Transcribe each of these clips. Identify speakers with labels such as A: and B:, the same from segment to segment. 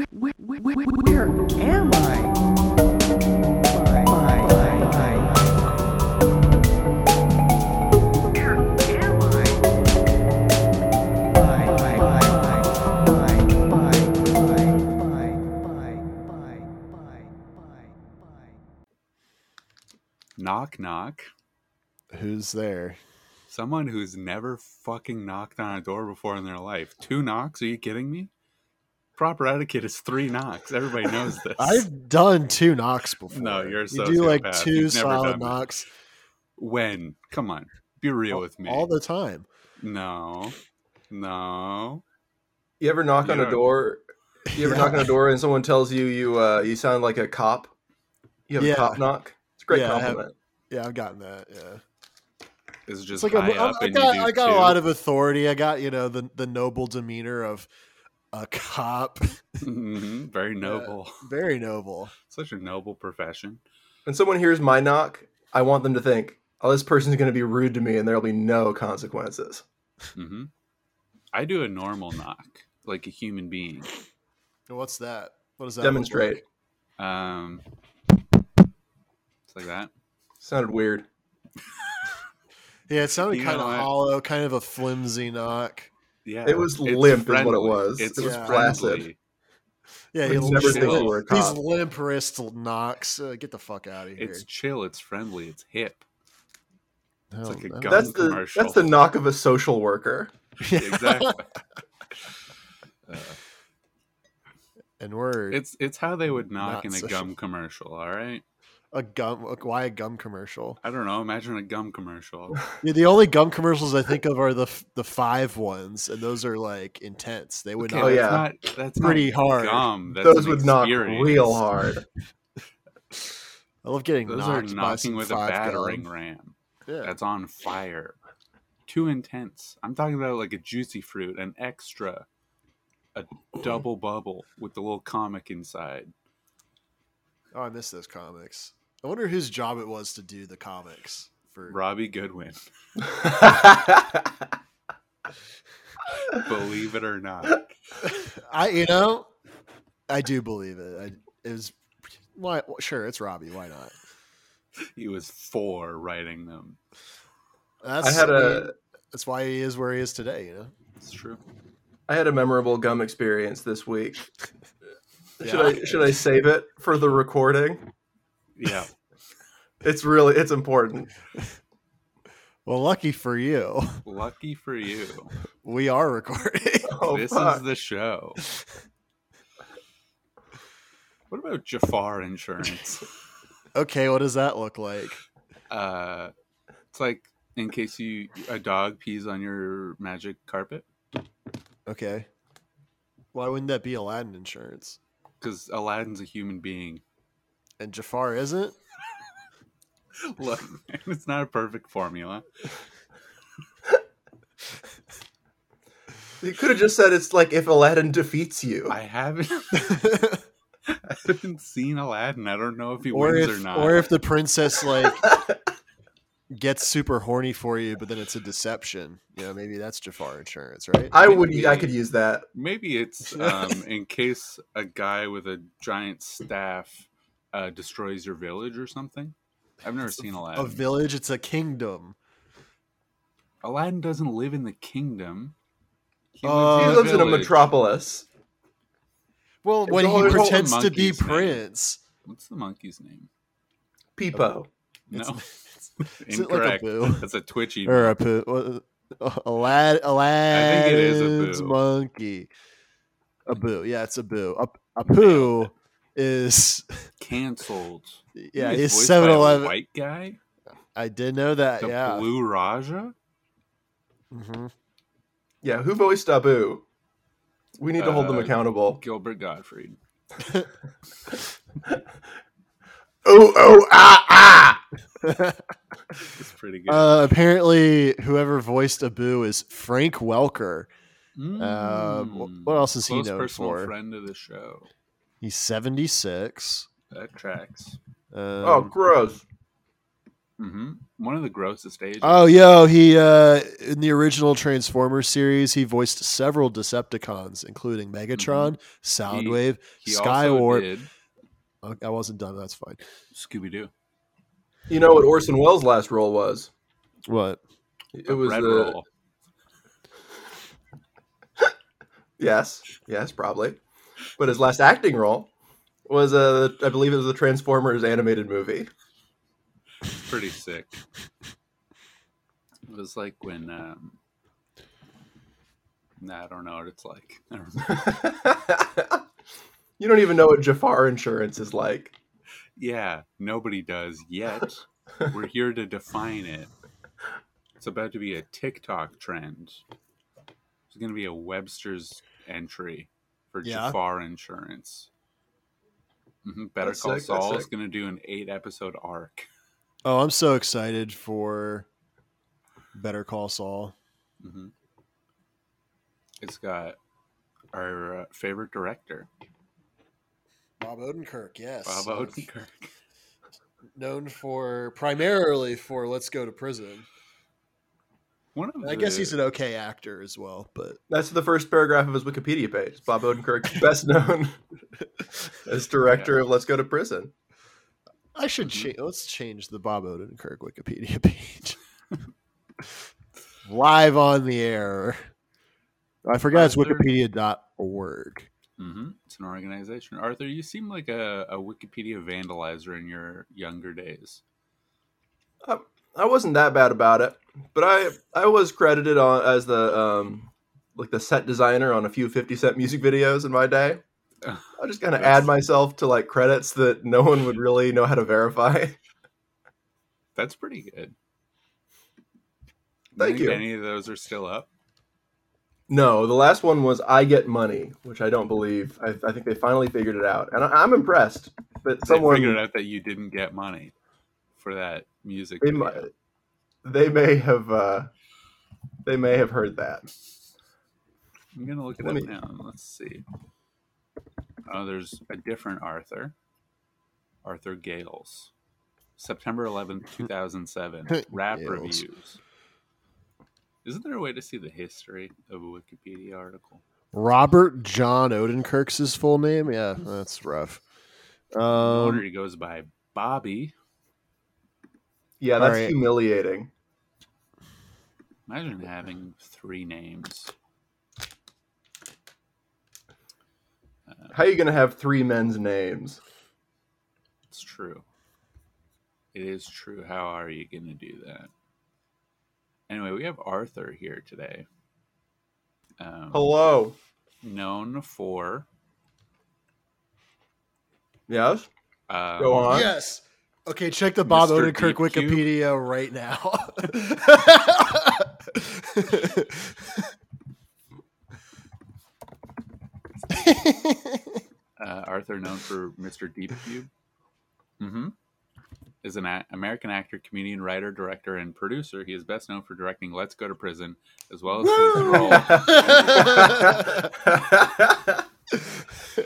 A: where, where, where am I? My, my, my, my. Where am I? My, my, my, my, my, my, my, my, my, my.
B: Knock, knock.
C: Who's there?
B: Someone who's never fucking knocked on a door before in their life. Two knocks? Are you kidding me? Proper etiquette is three knocks. Everybody knows this.
C: I've done two knocks before.
B: No, you're a
C: you do like
B: sociopath.
C: two
B: You've never
C: solid
B: done that.
C: knocks
B: When? Come on. Be real with me.
C: all the time.
B: no. No.
D: You ever knock on
B: Yeah.
D: a door? You ever knock on a door and someone tells you you uh, you sound like a cop? You have
C: Yeah.
D: a cop knock. It's a great
C: Yeah, I have-
D: compliment.
C: Yeah, I've gotten that. Yeah,
B: It's
C: it's
B: just
C: like
B: high
C: I'm- I'm-
B: up
C: I
B: and you
C: got
B: do
C: I got
B: two.
C: a lot of authority. I got you know the the noble demeanor of a cop.
B: Mhm. Very noble.
C: Very noble.
B: Such a noble profession.
D: When someone hears my knock, I want them to think, "Oh, this person's going to be rude to me, and there'll be no consequences."
B: hmm I do a normal knock, like a human being.
C: And What's that? What does that look
D: Demonstrate.
C: like?
B: Um, it's like that.
D: Sounded weird.
C: Yeah, it sounded
B: You
C: kind
B: know
C: of
B: what?
C: hollow, kind of a flimsy knock.
B: Yeah,
D: It was
B: it's
D: limp is what it
B: friendly.
D: was.
B: It's
D: It
C: was
D: flaccid.
B: friendly.
C: Yeah,
D: Would
C: you
D: never
C: these,
B: think you
D: were a
C: these
D: cop.
C: limp wrist knocks. Uh, get the fuck out of here.
B: It's chill. It's friendly. It's hip.
C: Hell
B: like a
C: no.
B: gun.
D: That's the
B: commercial.
D: that's the knock of a social worker.
B: Exactly. Uh,
C: And we're
B: it's it's how they would knock
C: Not
B: in a
C: social.
B: gum commercial. All right.
C: a gum. Why a gum commercial?
B: I don't know. Imagine a gum commercial.
C: Yeah, the only gum commercials I think of are the f- the five ones, and those are like intense. They would
B: Okay,
C: not.
D: Oh,
B: that's
D: yeah.
B: not- that's not
C: Pretty hard.
B: Gum. That's
D: Those
B: an
D: would knock
B: experience.
D: real hard.
C: I love getting
B: Those are
C: knocked by
B: knocking
C: some
B: with a
C: five
B: battering
C: gum.
B: ram.
C: Yeah.
B: that's on fire. Too intense. I'm talking about like a juicy fruit, an extra, a double bubble with the little comic inside.
C: Oh, I miss those comics. I wonder whose job it was to do the comics for.
B: Robbie Goodwin, believe it or not.
C: I you know, I do believe it. I, it was why sure it's Robbie. Why not?
B: He was for writing them.
C: That's
D: I had a
C: that's why he is where he is today. You know.
B: It's true.
D: I had a memorable gum experience this week. Should
C: Yeah.
D: I should I save it for the recording?
B: Yeah.
D: It's really it's important.
C: Well, lucky for you,
B: Lucky for you.
C: we are recording.
D: Oh,
B: this
D: fuck.
B: is the show. What about Jafar insurance?
C: okay, what does that look like?
B: Uh, it's like in case you a dog pees on your magic carpet.
C: Okay. Why wouldn't that be Aladdin insurance?
B: because Aladdin's a human being.
C: And Jafar isn't?
B: Look, it's not a perfect formula.
D: you could have just said it's like if Aladdin defeats you.
B: I haven't, I haven't seen Aladdin. I don't know if he
C: or
B: wins
C: if
B: or not.
C: or if the princess like gets super horny for you, but then it's a deception. You know, maybe that's Jafar insurance, right?
D: I would I could use that.
B: Maybe it's um, in case a guy with a giant staff uh, destroys your village or something. I've never seen
C: a
B: Aladdin.
C: village, it's a kingdom.
B: Aladdin doesn't live in the kingdom. He
C: Uh,
D: He
C: A
D: lives in a
B: village.
D: metropolis.
C: Well,
D: It's
C: when
D: all-
C: he
D: it's all the
C: pretends to be
B: monkey's name.
C: prince.
B: What's the monkey's name?
D: Peepo.
B: No,
C: It's- is it like a
B: incorrect.
C: boo? Er,
B: That's a twitchy.
C: or a poo. uh, Alad-
B: think it is a Mm-hmm.
C: Aladdin's
B: boo.
C: monkey. A boo. Yeah, it's a boo. A, a poo is
B: Canceled.
C: yeah,
B: He was
C: it's
B: voiced by a
C: 7-Eleven.
B: White guy.
C: I did know that.
B: The
C: yeah.
B: Blue Raja.
C: Mhm.
D: Yeah, who voiced Abu? We need to hold them
B: Uh,
D: accountable.
B: Gilbert Gottfried.
D: Oh oh ah ah.
B: It's pretty good.
C: Uh, apparently, whoever voiced Abu is Frank Welker. Um,
B: Mm.
C: wh- what else is he
B: Close
C: known
B: personal
C: for?
B: friend of the show.
C: He's seventy six.
B: That tracks.
C: Um,
D: oh, gross.
B: hmm One of the grossest ages.
C: Oh, yo, he uh, in the original Transformers series, he voiced several Decepticons, including
B: Mm-hmm.
C: Megatron, Soundwave,
B: he also
C: Skywarp.
B: did
C: Oh, I wasn't done. That's fine.
B: Scooby Doo.
D: You know what Orson Welles' last role was?
C: What?
D: It was uh,
B: Red
D: the
B: Roll.
D: yes, yes, probably. But his last acting role was uh, I believe it was the Transformers animated movie.
B: pretty sick. It was like when um nah, I don't know what it's like. I don't know.
D: you don't even know what Jafar insurance is like.
B: yeah, nobody does yet. We're here to define it. It's about to be a TikTok trend. It's going to be a Webster's entry for
C: Yeah.
B: Jafar insurance. Mhm, Better
D: That's
B: Call
D: sick, that's
B: Saul is
D: sick.
B: going to do an eight episode arc.
C: Oh, I'm so excited for Better Call Saul.
B: hmm It's got our uh, favorite director,
C: Bob Odenkirk, yes.
B: Bob Odenkirk.
C: Known for primarily for Let's Go to Prison.
B: One of
C: I guess he's
B: the-
C: an okay actor as well, but
D: That's the first paragraph of his Wikipedia page. Bob Odenkirk, best known as director of Let's Go to Prison.
C: I should
B: Mhm.
C: change. Let's change the Bob Odenkirk Wikipedia page. Live on the air. I forgot it's
B: Arthur-
C: wikipedia.org.
B: Mhm. It's an organization. Arthur, you seem like a, a Wikipedia vandalizer in your younger days.
D: I wasn't that bad about it, but I I was credited on as the um like the set designer on a few 50 Cent music videos in my day. I just kind of
B: That's-
D: add myself to like credits that no one would really know how to verify.
B: That's pretty good. think
D: Thank you.
B: Any of those are still up?
D: No, the last one was I Get Money, which I don't believe. I, I think they finally figured it out. And I, I'm impressed that
B: They figured
D: someone
B: out that you didn't get money for that music.
D: they,
B: video.
D: might, they may have uh, they may have heard that.
B: I'm gonna look it
D: Let
B: up
D: me-
B: now. Let's see. Oh, there's a different Arthur. Arthur Gales, September 11th, 2007. Rap
C: Gales.
B: reviews. Isn't there a way to see the history of a Wikipedia article?
C: Robert John Odenkirk's his full name. Yeah,
B: Hmm.
C: that's rough.
B: No wonder
C: Um,
B: he goes by Bobby.
D: Yeah, that's
C: Alright.
D: humiliating.
B: Imagine having three names.
D: How are you going to have three men's names?
B: It's true. It is true. How are you going to do that? Anyway, we have Arthur here today. Um,
D: Hello.
B: Known for.
D: Yes.
B: Um,
D: Go on.
C: yes. Okay, check the Bob
B: Mr.
C: Odenkirk
B: Deep Cube.
C: Wikipedia right now.
B: Uh, Arthur, known for Mr. Deep Cube, mm-hmm. is an a- American actor, comedian, writer, director, and producer. He is best known for directing Let's Go to Prison, as well as for his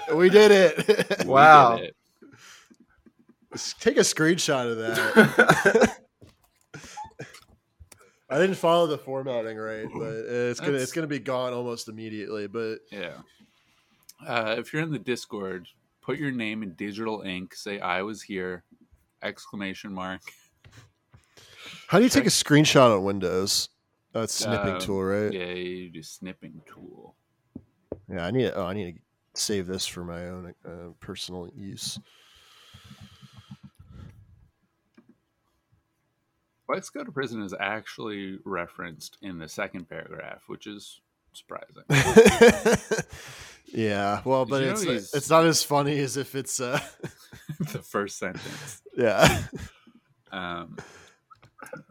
B: role
C: we did it.
B: We
D: Wow.
B: did it.
C: Take a screenshot of that. I didn't follow the formatting right, but uh, it's gonna
B: That's-
C: it's gonna be gone almost immediately. But
B: Yeah. Uh, if you're in the Discord, put your name in digital ink. Say "I was here!" Exclamation mark.
C: how do you take a screenshot on Windows? That's snipping
B: Um,
C: tool, right?
B: Yeah, you do snipping tool.
C: Yeah, I need to, oh, I need to save this for my own uh, personal use.
B: Let's go to prison is actually referenced in the second paragraph, which is surprising.
C: yeah, well, but
B: you know
C: it's
B: he's-
C: it's not as funny as if it's uh
B: the first sentence.
C: yeah.
B: Um,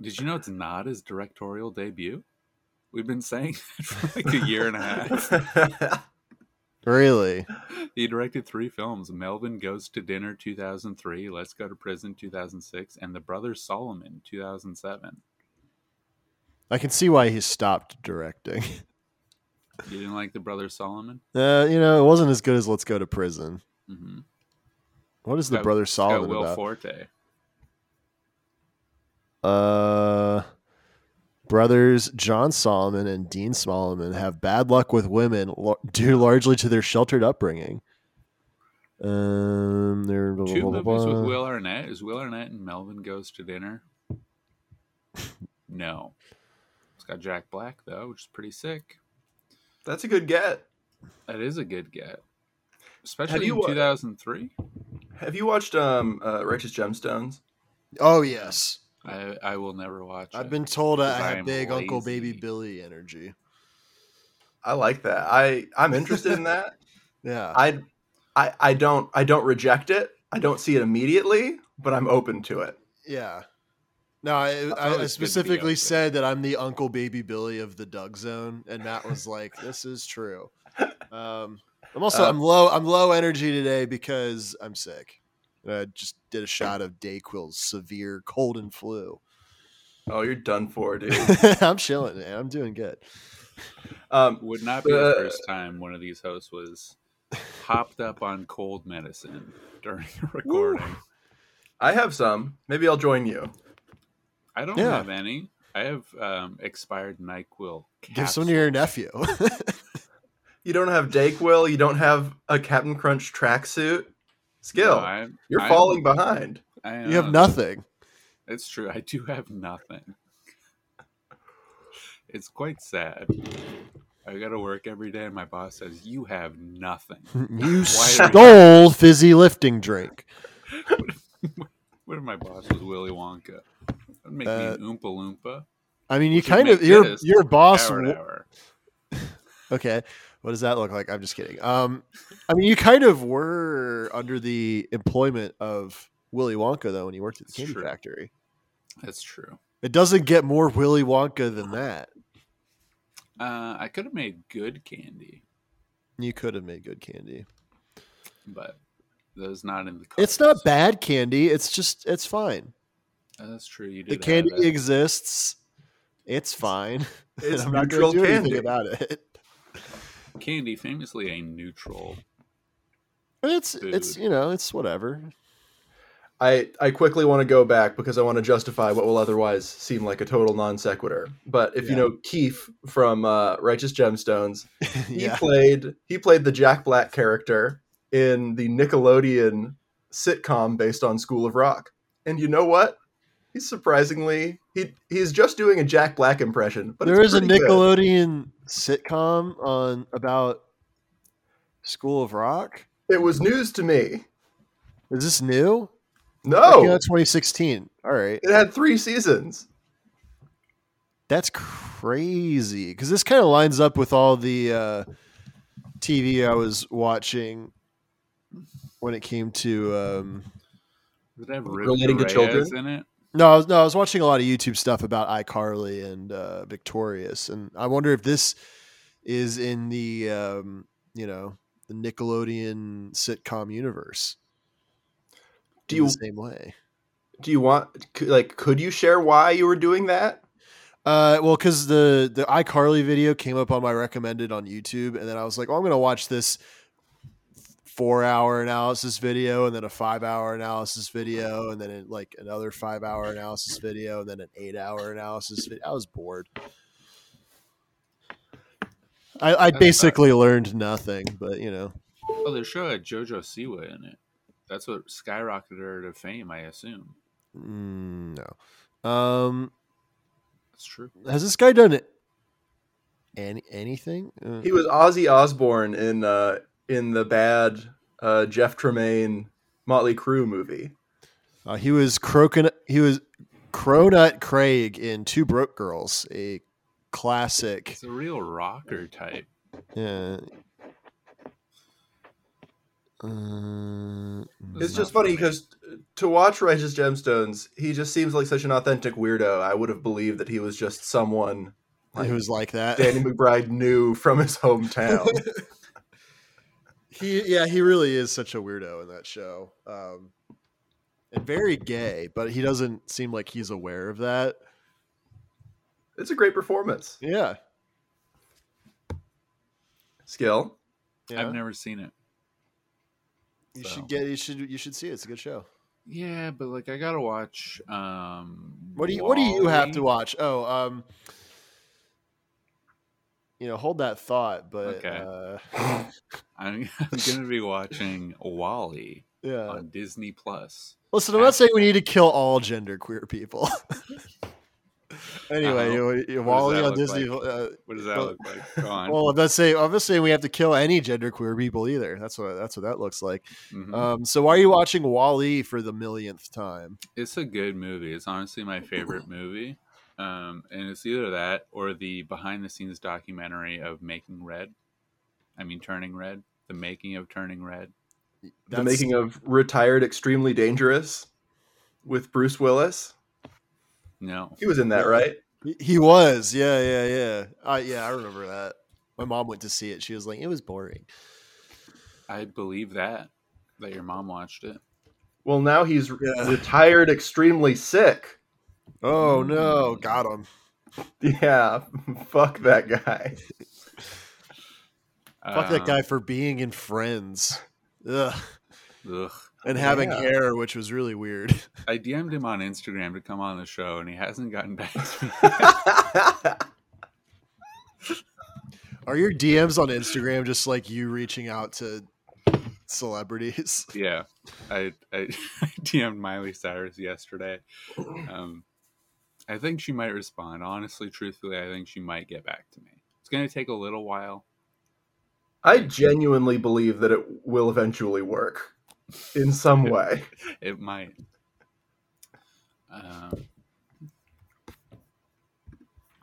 B: did you know it's not his directorial debut? We've been saying that for like a year and a half.
C: Really?
B: He directed three films Melvin Goes to Dinner 2003, Let's Go to Prison 2006, and The Brothers Solomon 2007.
C: I can see why he stopped directing.
B: You didn't like The Brothers Solomon?
C: Uh, you know, it wasn't as good as Let's Go to Prison.
B: Mm-hmm.
C: What is the
B: Got-
C: brother
B: Got
C: Solomon
B: Will
C: about?
B: Forte.
C: Uh, brothers John Solomon and Dean Solomon have bad luck with women lo- due largely to their sheltered upbringing. Um, they're blah, blah,
B: Two
C: blah, blah,
B: movies with
C: blah.
B: Will Arnett. Is Will Arnett and Melvin Goes to Dinner? No. It's got Jack Black though, which is pretty sick.
D: That's a good get.
B: That is a good get, especially
D: you,
B: in
D: uh,
B: 2003.
D: Have you watched um uh, Righteous Gemstones?
C: Oh yes,
B: I I will never watch.
C: I've
B: it.
C: been told I
B: Because I
C: have
B: am
C: big Uncle Baby
B: lazy.
C: Billy energy.
D: I like that. I I'm interested in that.
C: Yeah,
D: I I I don't I don't reject it. I don't see it immediately, but I'm open to it.
C: yeah. No, I,
B: always good
C: I,
B: to
C: I
B: be
C: specifically
B: up to.
C: said that I'm the Uncle Baby Billy of the Doug Zone, and Matt was like, "This is true." Um, I'm also
D: Uh,
C: I'm low I'm low energy today because I'm sick. And I just did a shot of Dayquil's severe cold and flu.
D: Oh, you're done for, dude.
C: I'm chilling, man. I'm doing good.
D: Um,
B: Would not be the
D: Uh,
B: first time one of these hosts was hopped up on cold medicine during a recording.
D: I have some. Maybe I'll join you.
B: I don't
C: Yeah.
B: have any. I have um, expired Nyquil.
C: Give some to your nephew.
D: You don't have Dayquil. You don't have a Captain Crunch tracksuit. Skill,
B: No, I,
D: you're
B: I-
D: falling behind.
B: I
C: you have
B: am.
C: nothing.
B: It's true. I do have nothing. It's quite sad. I got to work every day, and my boss says, "You have nothing." Why
C: You
B: are
C: stole fizzy lifting drink.
B: What if my boss was Willy Wonka? That'd make
C: Uh,
B: me an Oompa Loompa.
C: I mean, you
B: Which would
C: kind
B: make
C: of your
B: Dennis
C: your boss.
B: Hour
C: w-
B: to hour.
C: Okay, what does that look like? I'm just kidding. Um, I mean, you kind of were under the employment of Willy Wonka though when you worked at the
B: It's
C: candy
B: true.
C: factory.
B: That's true.
C: It doesn't get more Willy Wonka than that.
B: Uh, I could have made good candy,
C: You could have made good candy.
B: but those not in the.
C: It's
B: cards.
C: not bad candy. It's just it's fine.
B: Uh, That's true. You
C: The
B: did have
C: candy
B: it.
C: exists. It's fine. and
D: It's
C: I'm not
D: neutral
C: going to do
D: candy.
C: anything about it.
B: candy, famously a neutral.
C: It's
B: Food.
C: it's you know it's whatever.
D: I, I quickly want to go back because I want to justify what will otherwise seem like a total non sequitur. But if you
C: Yeah.
D: know Keefe from uh, Righteous Gemstones, he
C: yeah,
D: played he played the Jack Black character in the Nickelodeon sitcom based on School of Rock. And you know what? He's surprisingly he he's just doing a Jack Black impression. But
C: there is
D: it's
C: a
D: pretty good.
C: Nickelodeon sitcom on about School of Rock.
D: It was news to me.
C: Is this new?
D: No,
C: that's 2016. All right,
D: it had three seasons.
C: that's crazy because this kind of lines up with all the uh, TV I was watching when it came to. Um,
B: Did it have Rick
D: Relating to
B: Reyes
D: children?
B: in it?
C: no, I was, no, I was watching a lot of YouTube stuff about iCarly and uh, Victorious, and I wonder if this is in the um, you know the Nickelodeon sitcom universe.
D: Do
C: in
D: you
C: the same way?
D: do you want c- like could you share why you were doing that?
C: Uh, well, because the the iCarly video came up on my recommended on YouTube, and then I was like, "Oh, I'm gonna watch this four hour analysis video, and then a five hour analysis video, and then it, like another five hour analysis video, and then an eight hour analysis video." I was bored. I, I
B: That's
C: basically learned nothing, but you know,
B: Oh, the show had JoJo Siwa in it. That's what skyrocketed her to fame, I assume.
C: mm, no. Um,
B: That's true.
C: has this guy done any anything? Uh,
D: He was Ozzy Osbourne in uh in the bad uh Jeff Tremaine Motley Crue movie.
C: Uh, he was Crocon- He was Cronut Craig in Two Broke Girls, a classic.
B: It's a real rocker type.
C: Yeah. Uh,
D: It's
B: It's
D: just
B: not funny.
D: funny because to watch Righteous Gemstones, he just seems like such an authentic weirdo. I would have believed that he was just someone
C: he was like that.
D: Danny McBride knew from his hometown.
C: He, yeah, he really is such a weirdo in that show, um, and very gay. But he doesn't seem like he's aware of that.
D: it's a great performance.
C: Yeah.
D: Skill.
C: yeah.
B: I've never seen it.
C: you
B: so.
C: should get. You should. You should see. It. It's a good show.
B: Yeah, but like I gotta watch. Um,
C: What do you What do you have to
B: Wall-E.
C: watch? Oh, um, you know, hold that thought. But
B: Okay.
C: uh,
B: I'm, I'm gonna be watching Wally
C: yeah,
B: on Disney Plus.
C: listen, I'm not saying we need to kill all genderqueer people. anyway,
B: Uh-huh.
C: you, you,
B: does
C: Wally
B: that
C: on
B: look
C: Disney.
B: like?
C: uh,
B: What does that
C: Well-
B: look like? Go on.
C: well, I'm not saying I'm not saying we have to kill any genderqueer people either. That's what that's what that looks like.
B: Mhm.
C: Um, so why are you watching Wall-E for the millionth time?
B: it's a good movie. It's honestly my favorite movie. Um, and it's either that or the behind the scenes documentary of Making Red. I mean, Turning Red. The making of Turning Red.
C: That's-
D: The making of retired, extremely dangerous with Bruce Willis.
B: No.
D: He was in that, right?
C: He- He was, yeah, yeah, yeah. I yeah, I remember that. My mom went to see it. She was like, "It was boring."
B: I believe that. That your mom watched it.
D: Well, now he's
C: Yeah.
D: retired, extremely sick.
C: Oh no, got him.
D: Yeah, fuck that guy.
C: Fuck that
B: Um,
C: guy for being in Friends. Ugh.
B: Um, Ugh.
C: And having
D: Yeah.
C: hair, which was really weird.
B: I DM'd him on Instagram to come on the show, and he hasn't gotten back to me.
C: Are your DMs on Instagram just like you reaching out to celebrities?
B: yeah, I, I DM'd Miley Cyrus yesterday. Um, I think she might respond. Honestly, truthfully, I think she might get back to me. It's going to take a little while.
D: I genuinely believe that it will eventually work in some way.
B: It might. Um,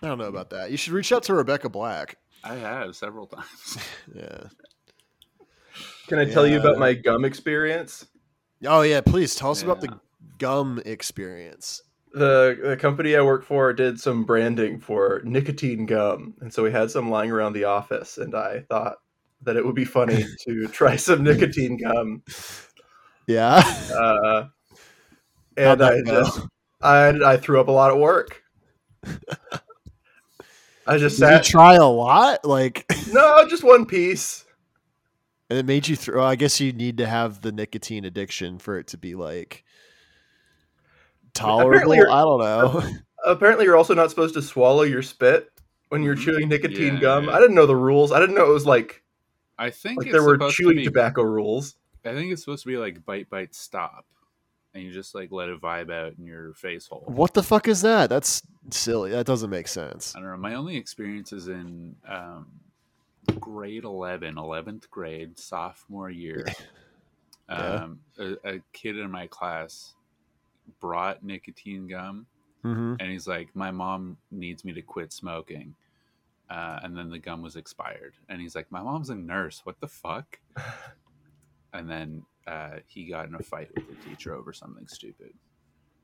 C: I don't know about that. You should reach out to Rebecca Black.
B: I have several times.
C: Yeah.
D: Can I tell you about
C: Yeah.
D: my gum experience?
C: Oh yeah, please tell us about
B: Yeah.
C: the gum experience.
D: The, the company I work for did some branding for nicotine gum. And so we had some lying around the office, and I thought that it would be funny to try some nicotine gum.
C: Yeah.
D: Uh,
C: How'd
D: and
C: uh, that
D: I
C: go?
D: just I, I threw up a lot at work. I just
C: Did you
D: sat.
C: try a lot? Like
D: No, just one piece.
C: And it made you throw. I guess you need to have the nicotine addiction for it to be like tolerable.
D: Apparently you're-
C: I don't know.
D: Apparently, you're also not supposed to swallow your spit when you're
B: Mhm.
D: chewing nicotine
B: Yeah,
D: gum.
B: yeah.
D: I didn't know the rules. I didn't know it was like
B: I think
D: like
B: it's
D: there were
B: supposed
D: chewing
B: to be,
D: tobacco rules.
B: I think it's supposed to be like bite, bite, stop, and you just like let it vibe out in your face hole.
C: what the fuck is that? That's silly. That doesn't make sense.
B: I don't know. My only experience is in um, grade 11, 11th grade, sophomore year.
C: Yeah.
B: Um, a, a kid in my class brought nicotine gum,
C: hmm
B: and he's like, My mom needs me to quit smoking. Uh, and then the gum was expired. And he's like, My mom's a nurse. What the fuck? And then uh, he got in a fight with the teacher over something stupid.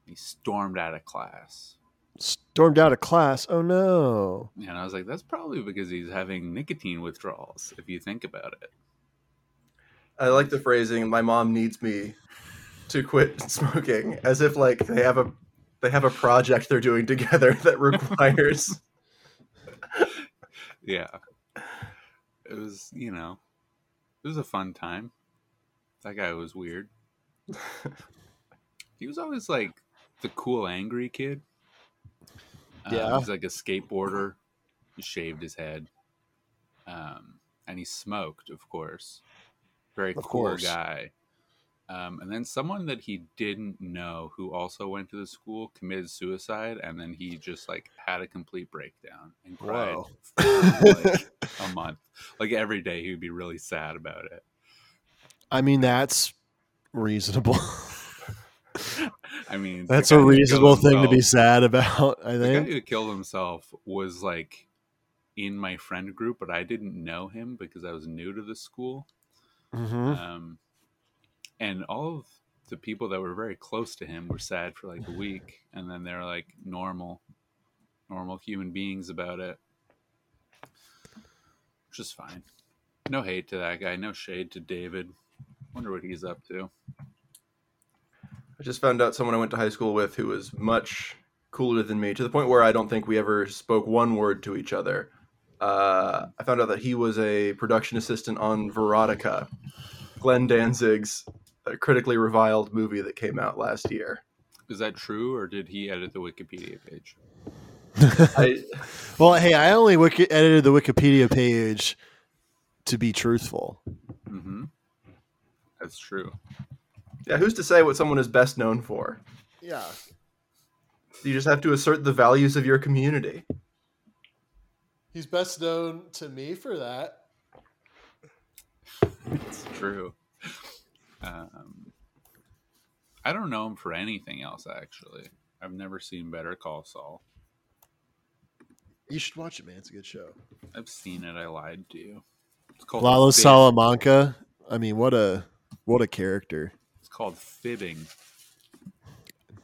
B: He stormed out of class.
C: Stormed out of class. Oh no.
B: And I was like, that's probably because he's having nicotine withdrawals, if you think about it.
D: I like the phrasing. My mom needs me to quit smoking, as if like they have a they have a project they're doing together that requires.
B: Yeah. It was, you know, it was a fun time. That guy was weird. he was always like the cool, angry kid.
C: Yeah.
B: Uh, he's like a skateboarder. He shaved his head. Um, and he smoked, of course. Very
C: Of
B: cool
C: course.
B: guy. Um, and then someone that he didn't know who also went to the school committed suicide, and then he just like had a complete breakdown and cried
C: Wow.
B: for, like, a month. Like every day, he would be really sad about it.
C: I mean, that's reasonable.
B: I mean, the
C: that's
B: guy
C: a
B: who killed
C: reasonable thing to be
B: himself-
C: sad about. I
B: The guy
C: think.
B: who killed himself was like in my friend group, but I didn't know him because I was new to the school.
C: hmm
B: Um, and all of the people that were very close to him were sad for like a week, and then they're like normal, normal human beings about it, which is fine. No hate to that guy. No shade to David. Wonder what he's up to.
D: I just found out someone I went to high school with who was much cooler than me to the point where I don't think we ever spoke one word to each other. Uh, I found out that he was a production assistant on Veronica, Glenn Danzig's a critically reviled movie that came out last year.
B: Is that true, or did he edit the Wikipedia page?
D: I,
C: Well, hey, I only wiki- edited the Wikipedia page to be truthful.
B: Mm-hmm. That's true.
D: yeah, who's to say what someone is best known for?
C: Yeah.
D: You just have to assert the values of your community.
C: He's best known to me for that.
B: It's true. Um, I don't know him for anything else. Actually, I've never seen Better Call Saul.
C: You should watch it, man. It's a good show.
B: I've seen it. I lied to you. It's called
C: Lalo
B: fib-
C: Salamanca. I mean, what a what a character.
B: It's called fibbing.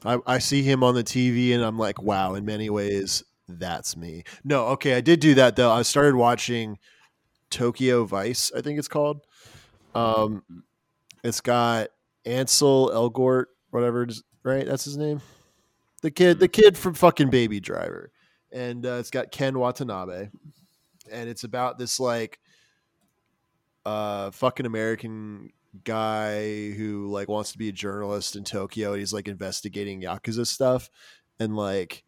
C: I, I see him on the TV and I'm like, wow, in many ways, that's me. No, okay, I did do that though. I started watching Tokyo Vice, I think it's called. Um, it's got Ansel Elgort, whatever, it is- right? That's his name. The kid, the kid from fucking Baby Driver, and uh, it's got Ken Watanabe, and it's about this like uh fucking American guy who like wants to be a journalist in Tokyo and he's like investigating yakuza stuff and like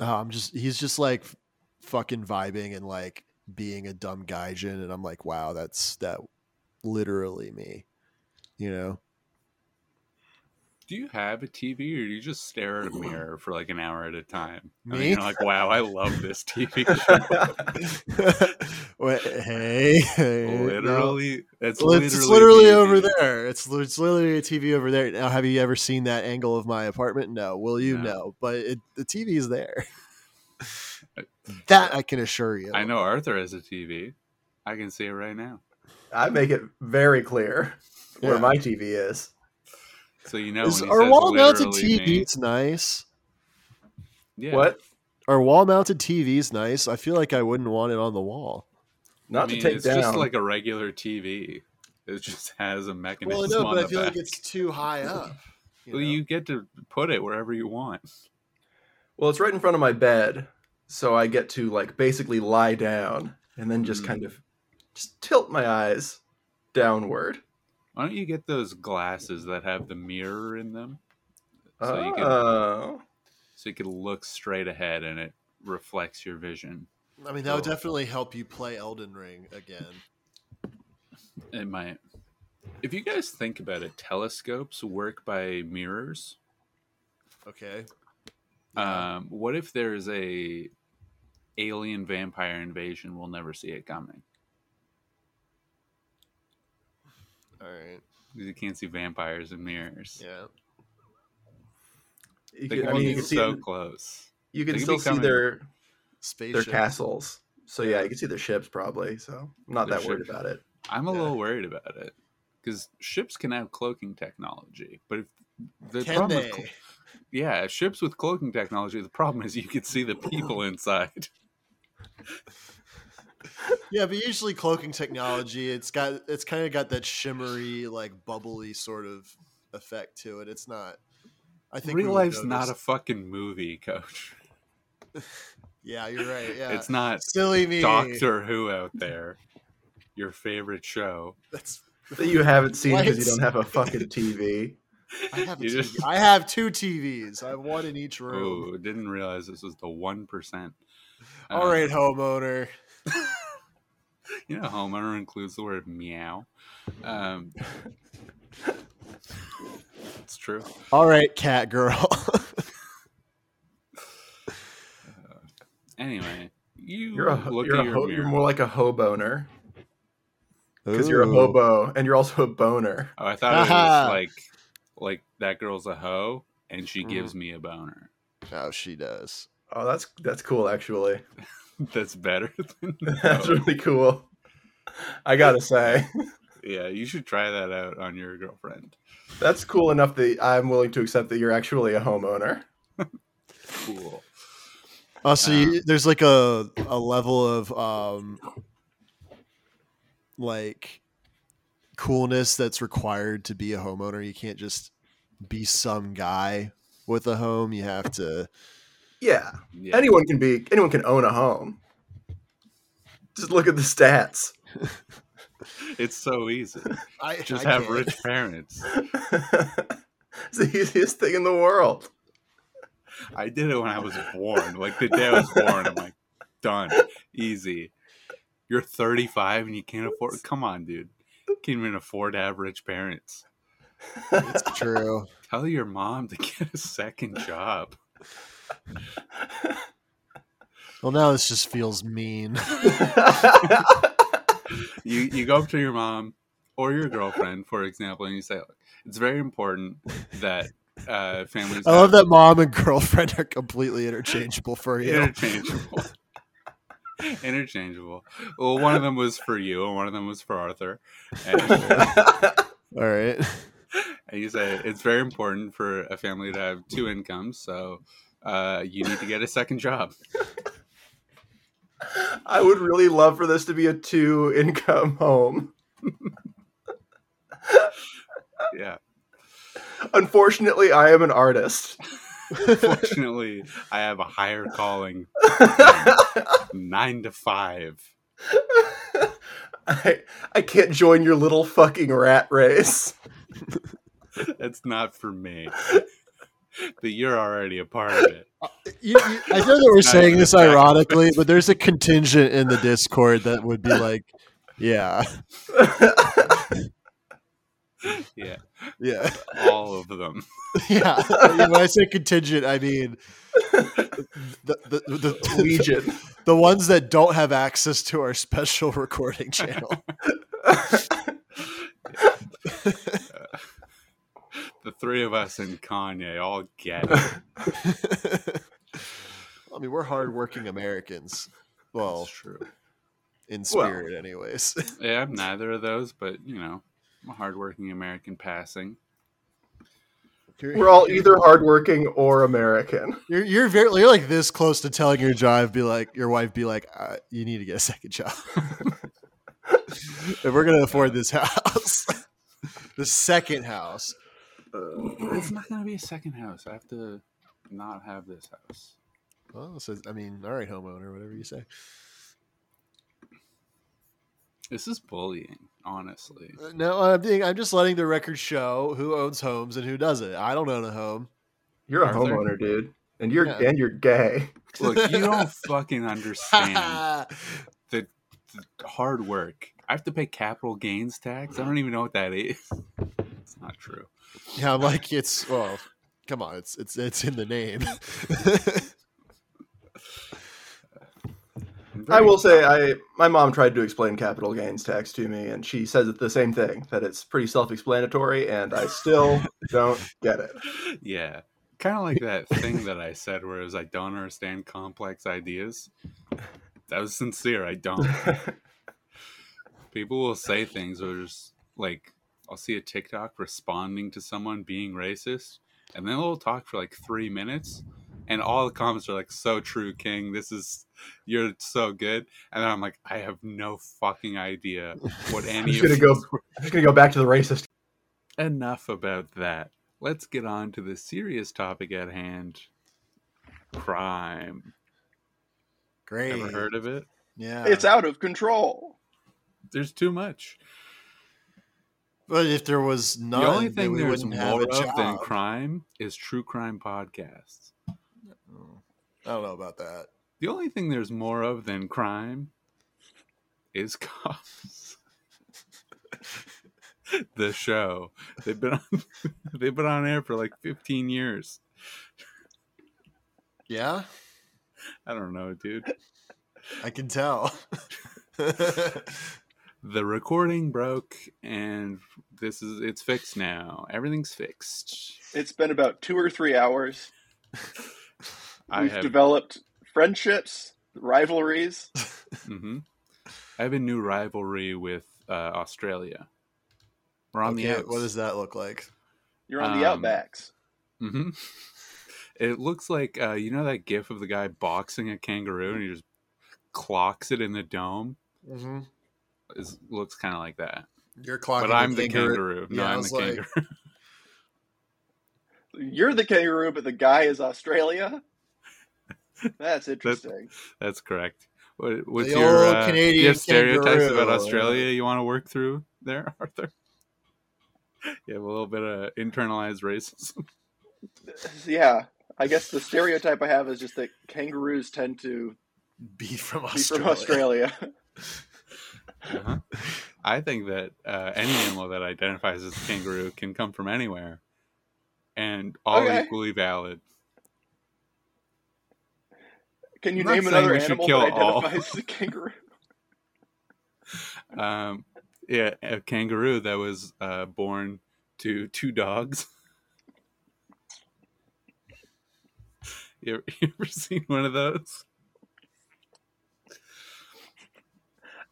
C: oh, I'm just he's just like f- fucking vibing and like being a dumb gaijin and I'm like wow that's that literally me you know
B: Do you have a TV, or do you just stare at a mirror for like an hour at a time? And
C: Me?
B: then you're like, wow, I love this TV show.
D: That's
C: Wait, hey, hey, no.
B: literally, that's
C: Well,
B: literally,
C: it's, it's literally
B: TV.
C: over there. It's, li- it's literally a TV over there. Now, have you ever seen that angle of my apartment? No. Will you?
B: No.
C: No. But it, the TV is there. that I can assure you.
B: I know Arthur has a TV. I can see it right now.
D: I make it very clear where
C: Yeah.
D: my TV is.
B: So you know,
C: Is
B: when he
C: our
B: says
C: wall-mounted
B: literally me-
C: TV's nice.
B: Yeah.
D: What?
C: Our wall-mounted TV's nice. I feel like I wouldn't want it on the wall.
D: Not
B: I mean,
D: to take
B: it's
D: down.
B: just like a regular TV. It just has a mechanism on the back.
C: too high up.
B: well, you get to put it wherever you want.
D: Well, it's right in front of my bed, so I get to like basically lie down and then just
B: Mm.
D: kind of just tilt my eyes downward.
B: Why don't you get those glasses that have the mirror in them, So you can-
D: oh,
B: so you can look straight ahead and it reflects your vision?
C: I mean,
B: Oh.
D: that would
C: definitely help you play Elden Ring again.
B: It might. If you guys think about it, telescopes work by mirrors.
C: Okay.
B: Um, what if there's a alien vampire invasion? We'll never see it coming
C: All right.
B: 'Cause you can't see vampires in mirrors.
C: Yeah.
D: you
B: They
D: can, I
B: could
D: mean, you
B: be
D: can see
B: so close.
D: you can
B: they could
D: still
B: be
D: see
B: coming.
D: their their
C: Spaceship.
D: castles. So yeah, you can see their ships probably. So I'm not
B: Their
D: that worried
B: ships.
D: about it.
B: I'm a
D: Yeah.
B: little worried about it because ships can have cloaking technology, but if the
C: Can
B: problem,
C: they?
B: With, clo- yeah, ships with cloaking technology. The problem is you can see the people inside.
C: Yeah, but usually cloaking technology, it's got it's kind of got that shimmery, like bubbly sort of effect to it. It's not. I think
B: Real life's not a fucking movie, Coach.
C: yeah, you're right. Yeah,
B: It's not
C: silly me.
B: Doctor Who out there. Your favorite show.
C: That's
D: That you haven't seen because you
C: Lights.
D: don't have a fucking TV.
C: I have. A
B: You
C: TV.
B: just-
C: I have two TVs. I have one in each room.
B: Oh, didn't realize this was the one percent. uh,
C: All right, homeowner.
B: you know, homeowner includes the word meow. Um, it's true.
C: All right, cat girl.
B: Anyway, you
D: You're a
B: look
D: you're
B: at
D: a
B: your
D: ho-
B: mirror.
D: you're more like a hoboner because you're a hobo and you're also a boner.
B: Oh, I thought it was
C: Haha.
B: like like that girl's a hoe and
D: Mm.
B: she gives me a boner.
C: Oh, she does.
D: Oh, that's that's cool actually.
B: That's better than
D: That's
B: hoe.
D: really cool. I gotta say,
B: Yeah, you should try that out on your girlfriend.
D: that's cool enough that I'm willing to accept that you're actually a homeowner.
B: Cool.
C: Also, Uh, you, there's like a a level of um like coolness that's required to be a homeowner. You can't just be some guy with a home. You have to
D: Yeah,
B: Yeah.
D: anyone can be anyone can own a home. Just look at the stats.
B: It's so easy.
C: I
B: Just
C: I
B: have
C: can't.
B: rich parents.
E: it's the easiest thing in the world.
B: I did it when I was born. Like the day I was born, I'm like, done, easy. You're 35 and you can't afford. Come on, dude. Can't even afford to have rich parents.
C: It's true.
B: Tell your mom to get a second job.
C: Well, now this just feels mean.
B: You you go up to your mom or your girlfriend, for example, and you say, "Look, it's very important that uh, families.
C: I love
B: have-
C: that mom and girlfriend are completely interchangeable for you.
B: interchangeable. interchangeable. Well, one of them was for you, and one of them was for Arthur. And,
C: All right.
B: and you say it's very important for a family to have two incomes, so uh, you need to get a second job.
E: I would really love for this to be a two income home.
B: Yeah.
E: Unfortunately, I am an artist.
B: Fortunately, I have a higher calling, nine to five.
E: I, I can't join your little fucking rat race.
B: That's not for me. But you're already a part of it.
C: You, you- I know that we're
B: Not
C: saying
B: even
C: this
B: a fact.
C: ironically, but there's a contingent in the Discord that would be like, yeah,
B: Yeah,
C: yeah,
B: all of them.
C: yeah. When I say contingent, I mean the the, the, the,
E: Legion.
C: the ones that don't have access to our special recording channel.
B: The three of us and Kanye all get it.
C: I mean, we're hardworking Americans. Well,
B: That's true.
C: in
E: Well.
C: spirit, anyways.
B: Yeah, I'm neither of those, but you know, I'm a hardworking American passing.
E: We're all either hardworking or American.
C: You're you're very you're like this close to telling your job be like your wife be like uh, you need to get a second job if we're gonna afford this house, the second house.
B: It's not gonna be a second house. I have to not have this house.
C: Well, so I mean, all right, homeowner, whatever you say.
B: This is bullying, honestly.
C: Uh, No, I'm being, I'm just letting the record show who owns homes and who doesn't. I don't own a home.
E: You're a
B: Arthur.
E: homeowner, dude. And you're
C: Yeah.
E: and you're gay.
B: Look, you don't fucking understand the, the hard work. I have to pay capital gains tax. I don't even know what that is. It's not true.
C: yeah, I'm like it's well, come on, it's it's it's in the name.
B: I'm
E: I
B: very-
E: will say I my mom tried to explain capital gains tax to me and she says it the same thing that it's pretty self-explanatory and I still don't get it.
B: yeah, kind of like that thing that I said, where it was I don't understand complex ideas. That was sincere. I don't. people will say things or just like I'll see a TikTok responding to someone being racist, and then they'll talk for like three minutes, and all the comments are like, "So true, King. This is you're so good." And then I'm like, I have no fucking idea what
E: I'm
B: any
E: just
B: of
E: gonna
B: these
E: go I'm just gonna go back to the racist.
B: enough about that. Let's get on to the serious topic at hand. Crime.
C: Great.
B: Ever heard of it?
C: Yeah,
D: It's out of control.
B: There's too much.
C: but if there was none,
B: the only
C: then
B: thing
C: we
B: there's
C: wouldn't have
B: more
C: a
B: of than
C: job.
B: crime is true crime podcasts.
C: I don't know about that.
B: The only thing there's more of than crime is cops. the show they've been on, they've been on air for like 15 years.
C: Yeah,
B: I don't know, dude.
C: I can tell.
B: The recording broke, and this is it's fixed now. Everything's fixed.
D: It's been about two or three hours.
B: I
D: We've
B: have
D: developed friendships, rivalries.
B: hmm I have a new rivalry with uh, Australia. We're on the
C: Okay,
B: outs.
C: what does that look like?
D: You're on the
B: Um,
D: outbacks.
B: hmm It looks like uh, you know that gif of the guy boxing a kangaroo and he just clocks it in the dome.
C: Mm-hmm.
B: It looks kind of like that,
C: You're clocking.
B: but I'm the kangaroo. No,
C: Yeah, I
B: I'm the
C: was like-
B: kangaroo.
D: You're the kangaroo, but the guy is Australia. That's interesting.
B: That's correct. What, what's
C: The
B: your
C: old
B: uh, do you
C: Canadian
B: have stereotypes about
C: kangaroo.
B: Australia you want to work through there, Arthur? You have a little bit of internalized racism.
D: Yeah, I guess the stereotype I have is just that kangaroos tend to
C: Be from
D: be
C: Australia.
D: from Australia.
B: Uh-huh. I think that uh, any animal that identifies as a kangaroo can come from anywhere, and all
D: Okay.
B: equally valid.
D: Can you
B: I'm not
D: name
B: saying
D: another
B: we should
D: animal
B: kill
D: that
B: all.
D: identifies as a kangaroo?
B: Um, yeah, a kangaroo that was uh, born to two dogs. you, ever, you ever seen one of those?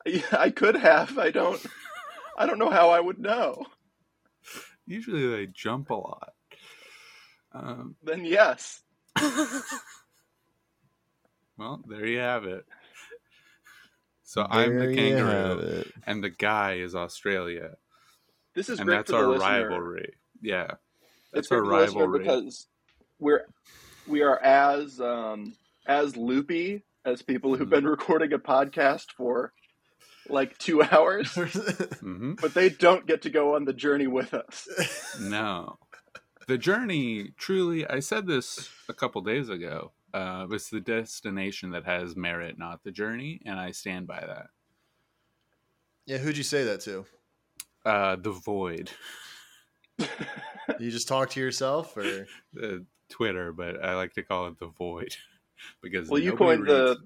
D: Yeah, I could have. I don't. I don't know how I would know.
B: Usually they jump a lot. Um,
D: Then yes,
B: well, there you have it. So I'm
C: There
B: the
C: you have
B: kangaroo,
C: it.
B: and the guy is Australia,
D: this is
B: and
D: great
B: that's
D: for the
B: our
D: listener.
B: rivalry. Yeah, that's
D: It's great
B: our
D: for the listener
B: rivalry.
D: because we're we are as um, as loopy as people who've
B: Mm-hmm.
D: been recording a podcast for like two hours,
B: hmm
D: but they don't get to go on the journey with us.
B: No. The journey, truly, I said this a couple days ago. Uh, it's the destination that has merit, not the journey, and I stand by that.
C: yeah, who'd you say that to?
B: Uh, the Void,
C: You just talk to yourself, or
B: uh, Twitter, but I like to call it the Void because
D: Well, you
B: nobody
D: coined the
B: reads-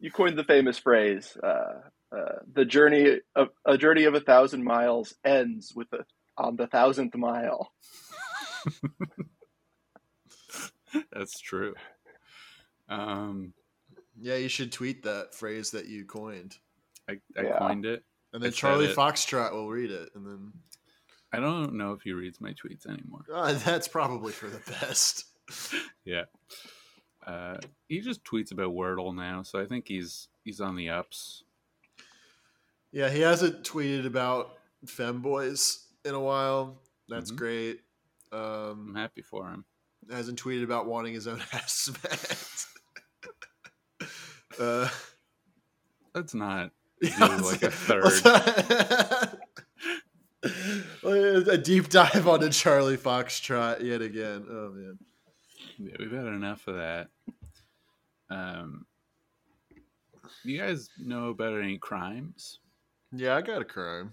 D: you coined the famous phrase. Uh, uh, the journey of a journey of a thousand miles ends with the on the thousandth mile.
B: That's true. Um,
C: yeah, you should tweet that phrase that you coined,
B: I, I
D: Yeah.
B: coined it.
C: and then
B: I said
C: Charlie
B: it.
C: Foxtrot will read it, and then
B: I don't know if he reads my tweets anymore.
C: Ah, that's probably for the best.
B: Yeah, uh, he just tweets about Wordle now, so I think he's he's on the ups.
C: Yeah, he hasn't tweeted about femboys in a while. That's
B: Mhm.
C: great.
B: I'm
C: Um,
B: happy for him.
C: hasn't tweeted about wanting his own ass smacked. uh,
B: That's not
C: yeah,
B: like a
C: let's- let's- a deep dive onto Charlie Foxtrot yet again. Oh man,
B: Yeah, we've had enough of that. Um, you guys know about any crimes?
C: yeah, I got a crime.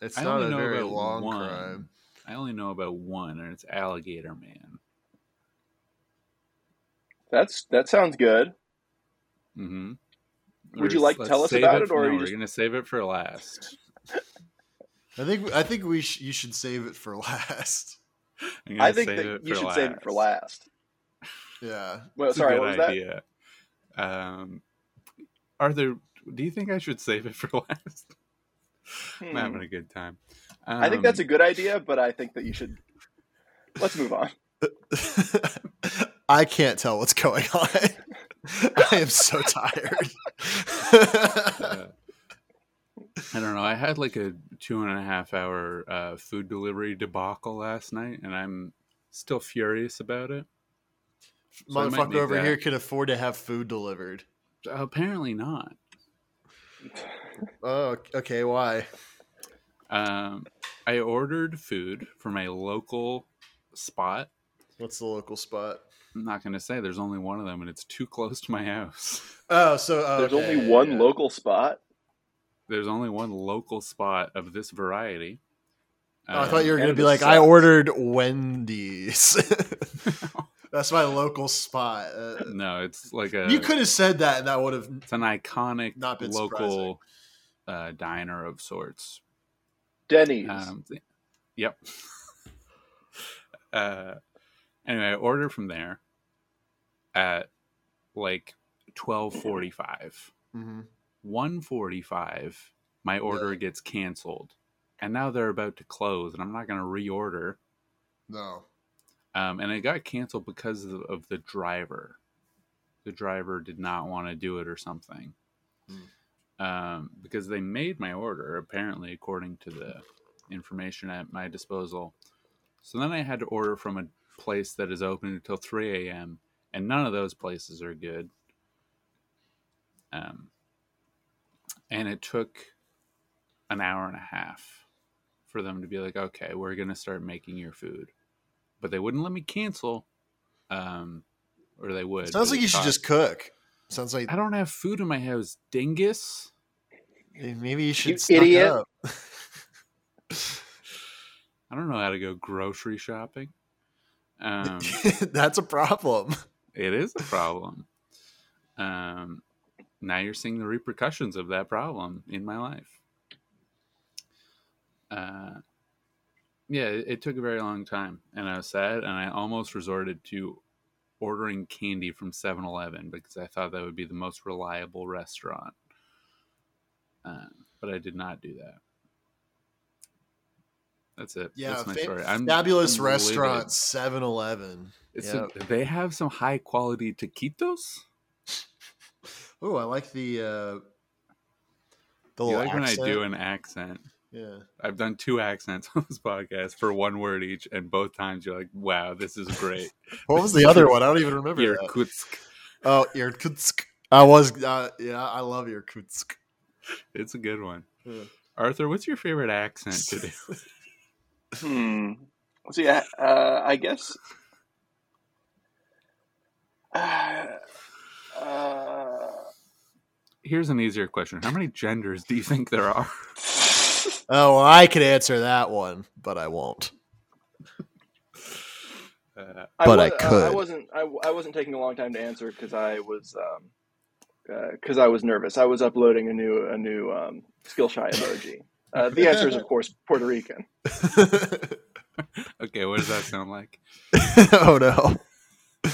C: It's
B: I
C: not
B: only
C: a
B: know
C: very
B: about
C: long
B: one.
C: crime.
B: I only know about one, and it's Alligator Man.
D: That's that sounds good.
B: Mm-hmm.
D: Would you like to tell us about it, or are
B: no,
D: you
B: we're
D: just-
B: gonna save it for last?
C: I think I think we sh- you should save it for last.
B: I'm gonna
D: I think
B: save
D: that
B: it
D: you
B: for
D: should save it for last.
C: Yeah,
D: Well,
B: That's
D: sorry,
B: a
D: what was
B: good idea. Um, Arthur, do you think I should save it for last?
D: that?
B: I'm
D: Hmm.
B: having a good time. Um,
D: I think that's a good idea, but I think that you should. Let's move on.
C: I can't tell what's going on. I am so tired.
B: uh, I don't know. I had like a two and a half hour uh, food delivery debacle last night, and I'm still furious about it. So I might
C: Motherfucker
B: need
C: over
B: that.
C: here can afford to have food delivered.
B: Apparently not.
C: Oh, okay. Why?
B: Um, I ordered food from a local spot.
C: What's the local spot?
B: I'm not going to say there's only one of them, and it's too close to my house.
C: Oh, so oh,
D: There's
C: okay,
D: only
C: yeah,
D: one
C: yeah.
D: local spot.
B: There's only one local spot of this variety.
C: Oh, I thought you were gonna
D: and
C: be
D: it
C: like, I
D: sucks.
C: ordered Wendy's. That's my local spot. Uh,
B: Um, No, it's like a.
C: you could have said that, and that would have.
B: It's an iconic
C: Not been
B: local uh, diner of sorts.
D: Denny's.
B: Um, th- yep. uh, anyway, I ordered from there at like twelve forty-five. One forty-five, my order gets canceled, and now they're about to close, and I'm not going to reorder.
C: No.
B: Um, and it got canceled because of the, of the driver. The driver did not want to do it or something. Um, because they made my order, apparently, according to the information at my disposal. So then I had to order from a place that is open until 3 a.m., and none of those places are good. um, and it took an hour and a half for them to be like, okay, we're gonna start making your food, but they wouldn't let me cancel, um, or they would.
C: Sounds
B: but
C: like
B: it
C: you should
B: cost-
C: just cook. Sounds like
B: I don't have food in my house, dingus.
C: maybe you should
D: You
C: stock
D: idiot.
C: up.
B: I don't know how to go grocery shopping. Um,
C: That's a problem.
B: it is a problem. Um, now you're seeing the repercussions of that problem in my life. Uh, yeah, it, it took a very long time, and I was sad, and I almost resorted to ordering candy from 7 Eleven because I thought that would be the most reliable restaurant. Uh, but I did not do that. That's it.
C: Yeah,
B: That's my
C: fa-
B: story. I'm,
C: Fabulous
B: I'm livid.
C: restaurant, 7 Eleven.
B: It's a- they have some high quality taquitos.
C: Oh, I like the uh
B: You
C: the little
B: like when I do
C: accent.
B: an accent.
C: Yeah.
B: I've done two accents on this podcast for one word each, and both times you're like, "Wow, this is great."
C: What was the other one? I don't even remember. that.
B: Irkutsk.
C: Oh, Irkutsk. I was uh, yeah, I love Irkutsk.
B: It's a good one.
C: Yeah.
B: Arthur, what's your favorite accent to do?
D: Hmm. See, I, uh, I guess. Uh, uh,
B: Here's an easier question: How many genders do you think there are?
C: Oh, well, I could answer that one, but I won't.
B: Uh,
C: But I
D: wa- uh, I
C: could.
D: wasn't. I, w- I wasn't taking a long time to answer because I was because I was nervous. I was uploading a new a new um, Skillshy emoji. Uh, the answer is, of course, Puerto Rican.
B: okay, what does that sound like?
C: oh no.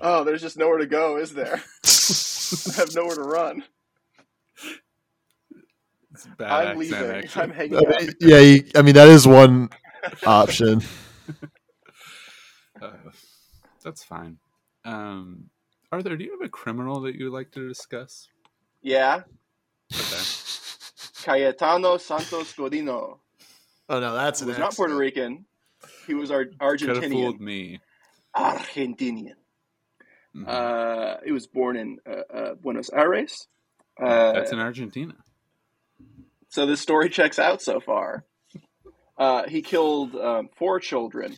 D: Oh, there's just nowhere to go, is there? I have nowhere to run.
B: Ah, It's a bad accent,
D: I'm leaving.
B: actually.
D: I'm hanging
C: I
D: up.
C: mean, yeah, you, I mean that is one option.
B: Uh, that's fine. Um, Arthur, do you have a criminal that you would like to discuss?
D: Yeah,
B: Okay.
D: Cayetano Santos Godino
C: Oh no, that's an
D: was not
C: accent.
D: Puerto Rican. He was Ar-
B: Could have
D: Argentinian.
B: fooled me.
D: Argentinian.
B: Mhm.
D: Uh, he was born in uh, uh, Buenos Aires. Uh,
B: That's in Argentina.
D: so this story checks out so far. Uh, he killed um, four children,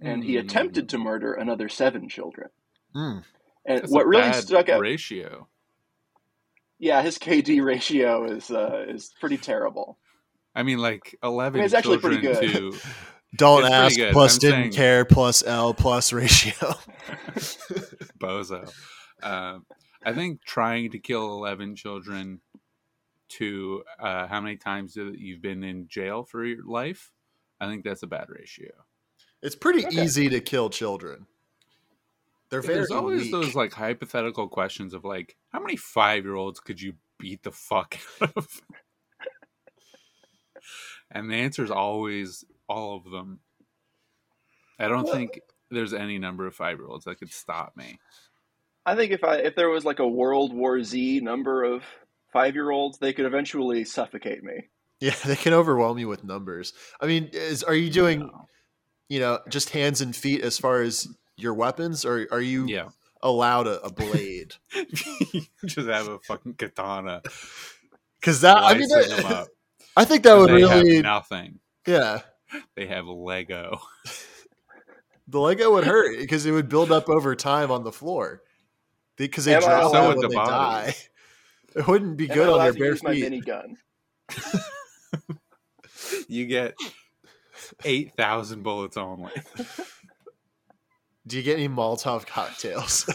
D: and he
B: Mm.
C: Hmm.
D: attempted to murder another seven children. Hmm.
C: Mm.
D: And
B: That's a
D: what really
B: bad
D: stuck out,
B: ratio.
D: yeah, his KD ratio is uh, is pretty terrible.
B: I mean, like eleven
D: it's actually pretty
B: children to.
C: Don't
B: It's pretty
C: ask
B: good.
C: plus
B: I'm
C: didn't
B: saying-
C: care plus L plus ratio.
B: bozo. Um, I think trying to kill 11 children to uh, how many times that you've been in jail for your life, I think that's a bad ratio.
C: It's pretty
D: Okay.
C: easy to kill children. They're very
B: There's always
C: weak.
B: those like hypothetical questions of like, how many five year olds could you beat the fuck out of? and the answer is always all of them. I don't
D: Well-
B: think there's any number of five year olds that could stop me.
D: I think if I if there was like a World War Z number of five year olds, they could eventually suffocate me.
C: yeah, they can overwhelm you with numbers. I mean, is are you doing
B: No.
C: you know just hands and feet as far as your weapons, or are you
B: Yeah.
C: allowed a, a blade?
B: just have a fucking katana.
C: Because that Uh, I mean,
B: slicing
C: that-
B: them up.
C: I think that would
B: they
C: really
B: have nothing.
C: yeah.
B: They have Lego.
C: The Lego would hurt because it would build up over time on the floor because they
D: Am I
C: drop
D: allowed-
C: out
D: So
C: when
B: would the
C: they die.
B: bodies.
C: It wouldn't be
D: Am
C: good
D: I
C: on
D: allowed
C: their
D: to
C: bare
D: use my
C: feet.
D: minigun?
B: You get eight thousand bullets only.
C: Do you get any Molotov cocktails?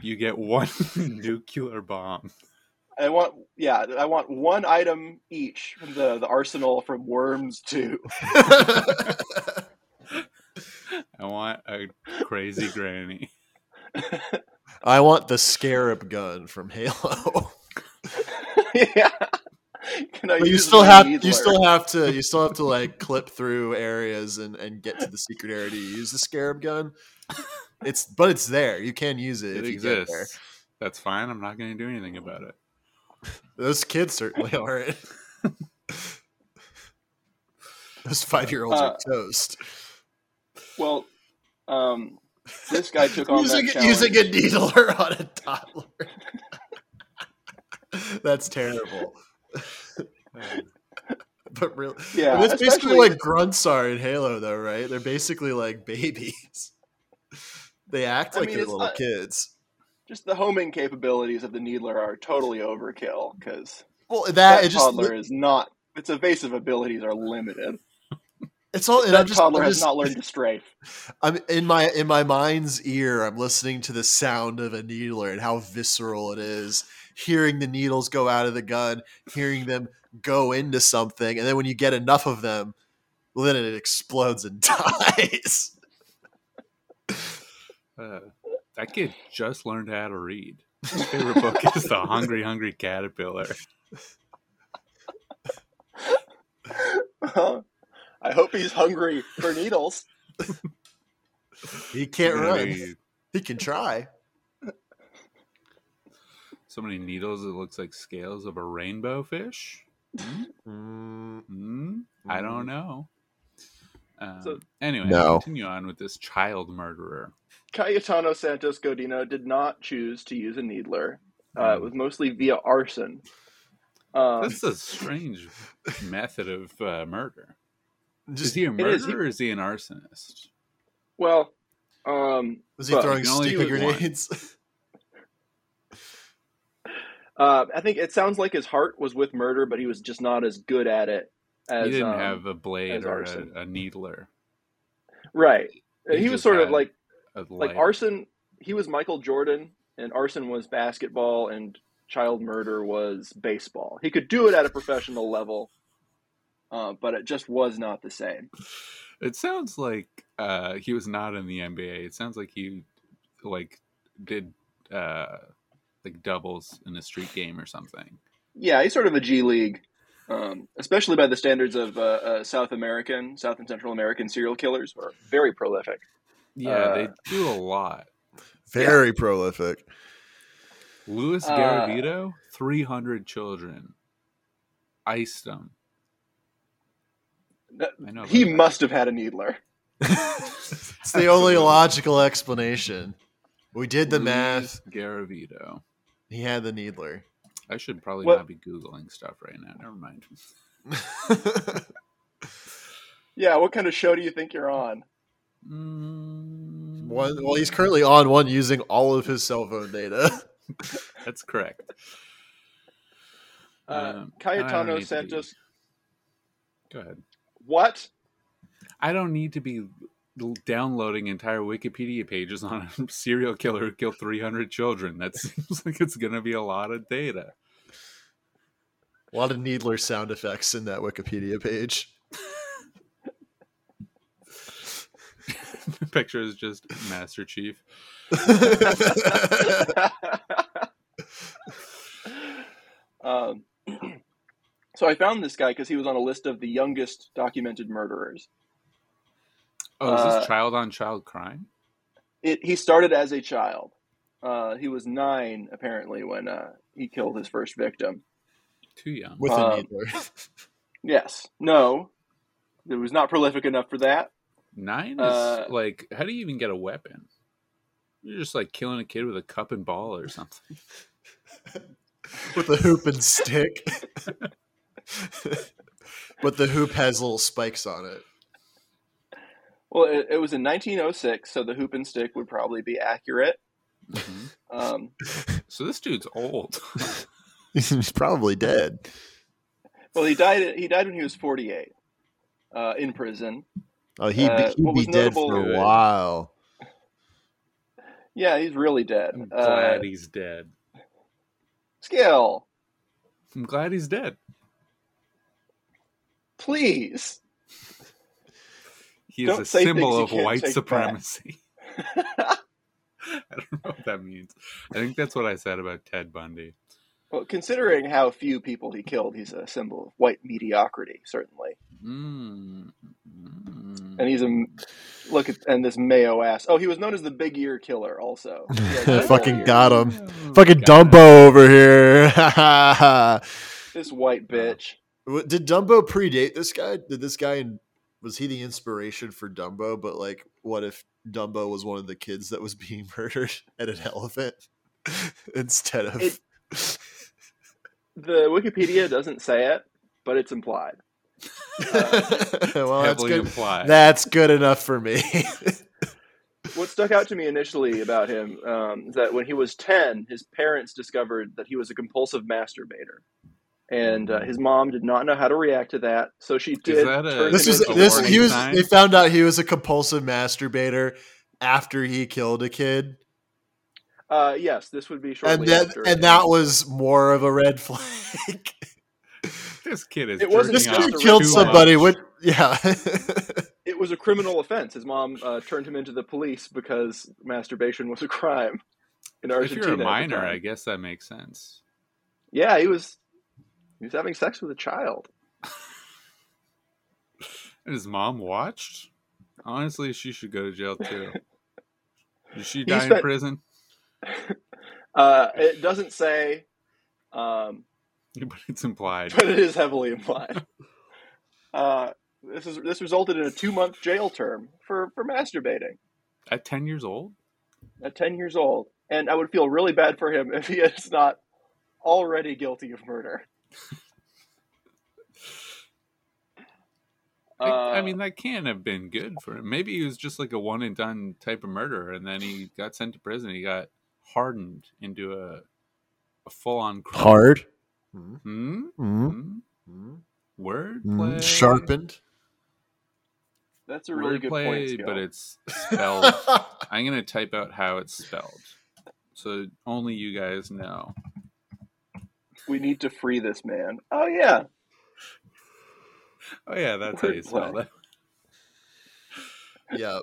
B: You get one nuclear bomb.
D: I want yeah, I want one item each from the, the arsenal from Worms Two.
B: I want a crazy granny.
C: I want the scarab gun from Halo.
D: yeah. Can I
C: But you
D: use
C: still
D: my
C: have
D: needler?
C: you still have to you still have to like clip through areas and and get to the secret area to use the scarab gun. It's but it's there. You can use it,
B: It
C: if you get there.
B: exists. That's fine. I'm not going to do anything about it.
C: Those kids certainly aren't. Those five year olds
D: Uh,
C: are toast.
D: Well, um, This guy took on
C: using,
D: that challenge.
C: using a needler on a toddler. That's terrible.
B: Uh,
C: but really,
D: Yeah,
C: and that's basically
D: especially-
C: like grunts are in Halo, though, right? They're basically like babies. They act
D: I
C: like
D: mean,
C: they're
D: it's
C: little
D: not-
C: kids.
D: Just the homing capabilities of the Needler are totally overkill because
C: Well, that,
D: that,
C: it just
D: toddler is not. Its evasive abilities are limited.
C: it's all. And
D: That
C: I'm just,
D: toddler
C: I'm
D: has
C: just-
D: not learned to strafe.
C: I'm in my in my mind's ear. I'm listening to the sound of a needler and how visceral it is. Hearing the needles go out of the gun, hearing them go into something, and then when you get enough of them, well, then it explodes and dies.
B: Uh, that kid just learned how to read. His favorite book is The Hungry Hungry Caterpillar.
D: I hope he's hungry for needles.
C: He
B: There's
C: can't
B: gonna
C: run.
B: be
C: He can try.
B: So many needles, it looks like scales of a rainbow fish.
C: Mm,
B: Mm, I don't know. Um,
D: So-
B: anyway,
C: Mm-hmm. No.
B: continue on with this child murderer.
D: Cayetano Santos Godino did not choose to use a needler. Uh, it was mostly via arson. Um,
B: That's a strange method of uh, murder. Is
C: just
B: he a murderer
D: is.
B: or is he an arsonist?
D: well, um,
C: was he
D: but
C: throwing
B: you can only
C: stupid
B: do it once.
C: grenades?
D: uh, I think it sounds like his heart was with murder, but he was just not as good at it as
B: he didn't
D: um,
B: have a blade
D: as
B: or
D: arson.
B: a, a needler.
D: right.
B: He
D: He, was
B: just
D: sort of
B: had
D: like
B: A
D: like
B: lighter.
D: arson. He was Michael Jordan, and arson was basketball, and child murder was baseball. He could do it at a professional level, uh, but it just was not the same.
B: It sounds like uh, he was not in the NBA. It sounds like he like did uh, like doubles in a street game or something.
D: Yeah, he's sort of a G League, um, especially by the standards of uh, uh, South American, South and Central American serial killers, who are very prolific.
B: Yeah, they
D: Uh,
B: do a lot.
C: Very prolific.
B: Luis
D: Uh,
B: Garavito, three hundred children, iced them. I know.
D: He
B: about that.
D: must have had a needler.
C: It's the only logical explanation. We did
D: Mm.
C: the math.
B: Luis Garavito.
C: He had the needler.
B: I should probably
D: What-
B: not be googling stuff right now. Never mind.
D: Yeah, what kind of show do you think you're on?
B: Mm,
C: One, well, he's currently on one using all of his cell phone data.
B: That's correct.
D: Uh,
B: Um, I don't
D: Cayetano
B: need to be-
D: Santos.
B: Go ahead.
D: What?
B: I don't need to be l- downloading entire Wikipedia pages on a serial killer who killed 300 children. That seems like it's going to be a lot of data.
C: A lot of needler sound effects in that Wikipedia page.
B: The picture is just Master Chief.
D: um, so I found this guy because he was on a list of the youngest documented murderers.
B: Oh, is this
D: Uh,
B: child on child crime?
D: It, he started as a child. Uh, he was nine, apparently, when uh, he killed his first victim.
B: Too young.
C: With a
D: Um,
C: needler.
D: Yes. No. It was not prolific enough for that.
B: Nine is
D: uh,
B: like, how do you even get a weapon? You're just like killing a kid with a cup and ball or something.
C: With a hoop and stick. but the hoop has little spikes on it.
D: Well, it, it was in 1906, so the hoop and stick would probably be accurate.
B: Mhm.
D: Um,
B: So this dude's old.
C: He's probably dead.
D: well, he died. He died when he was 48 uh, in prison.
C: Oh,
D: he'd be- Uh, he'd what be was dead for
B: notable- a
C: while.
D: Yeah, he's really dead.
B: I'm
D: Uh,
B: glad he's dead.
D: Skill,
B: I'm glad he's dead.
D: please.
B: He is
D: Don't
B: a
D: say things
B: symbol
D: you
B: of
D: can't
B: white
D: take back.
B: supremacy. I don't know what that means. I think that's what I said about Ted Bundy.
D: Well, considering how few people he killed, he's a symbol of white mediocrity, certainly.
B: Mm. Mm.
D: And he's a look at and this mayo ass. Oh, he was known as the Big Ear Killer, also. He had big
C: Fucking
D: ears.
C: got him.
B: Oh,
C: Fucking
B: got
C: Dumbo over here.
D: This white bitch.
C: What- Did Dumbo predate this guy? Did this guy was he the inspiration for Dumbo? But like, what if Dumbo was one of the kids that was being murdered at an elephant instead of?
D: It- The Wikipedia doesn't say it, but it's implied.
C: well, that's
B: Heavily
C: good.
B: implied.
C: That's good enough for me.
D: What stuck out to me initially about him um, is that when he was 10, his parents discovered that he was a compulsive masturbator. And uh, his mom did not know how to react to that, so she did.
B: that a-
D: turn
C: this
D: him
C: was
D: into a
C: this
D: warning
C: he was.
B: sign?
C: They found out he was a compulsive masturbator after he killed a kid,
D: Uh, yes, this would be shortly
C: and that
D: after.
C: and that was more of a red flag.
B: this kid is.
D: It wasn't
C: this
D: Just
B: jerking off
C: kid
D: a red
C: killed
B: too
D: flag.
C: somebody.
B: much.
C: What? Yeah.
D: it was a criminal offense. His mom uh, turned him into the police because masturbation was a crime in
B: If
D: Argentina.
B: you're a
D: at the
B: minor,
D: time.
B: I guess that makes sense.
D: yeah, he was he was having sex with a child.
B: And his mom watched. Honestly, she should go to jail too. Did she
D: He
B: die in
D: spent-
B: prison?
D: Uh, it doesn't say, um,
B: But it's implied.
D: but it is heavily implied. Uh, this is this resulted in a two month jail term for for masturbating
B: At ten years old,
D: at ten years old, and I would feel really bad for him if he is not already guilty of murder.
B: I, I
D: Uh,
B: mean that can't have been good for him. Maybe he was just like a one and done type of murderer, and then he got sent to prison. He got hardened into a a full on
C: Hard.
B: Hmm?
C: Mm-hmm.
B: Hmm? Wordplay.
C: Mm, sharpened.
D: that's a really good point.
B: Wordplay,
D: Scott.
B: but it's spelled. I'm gonna type out how it's spelled, so only you guys know.
D: We need to free this man. Oh yeah,
B: Oh yeah, that's how you spell
D: Wordplay.
B: that.
C: yeah.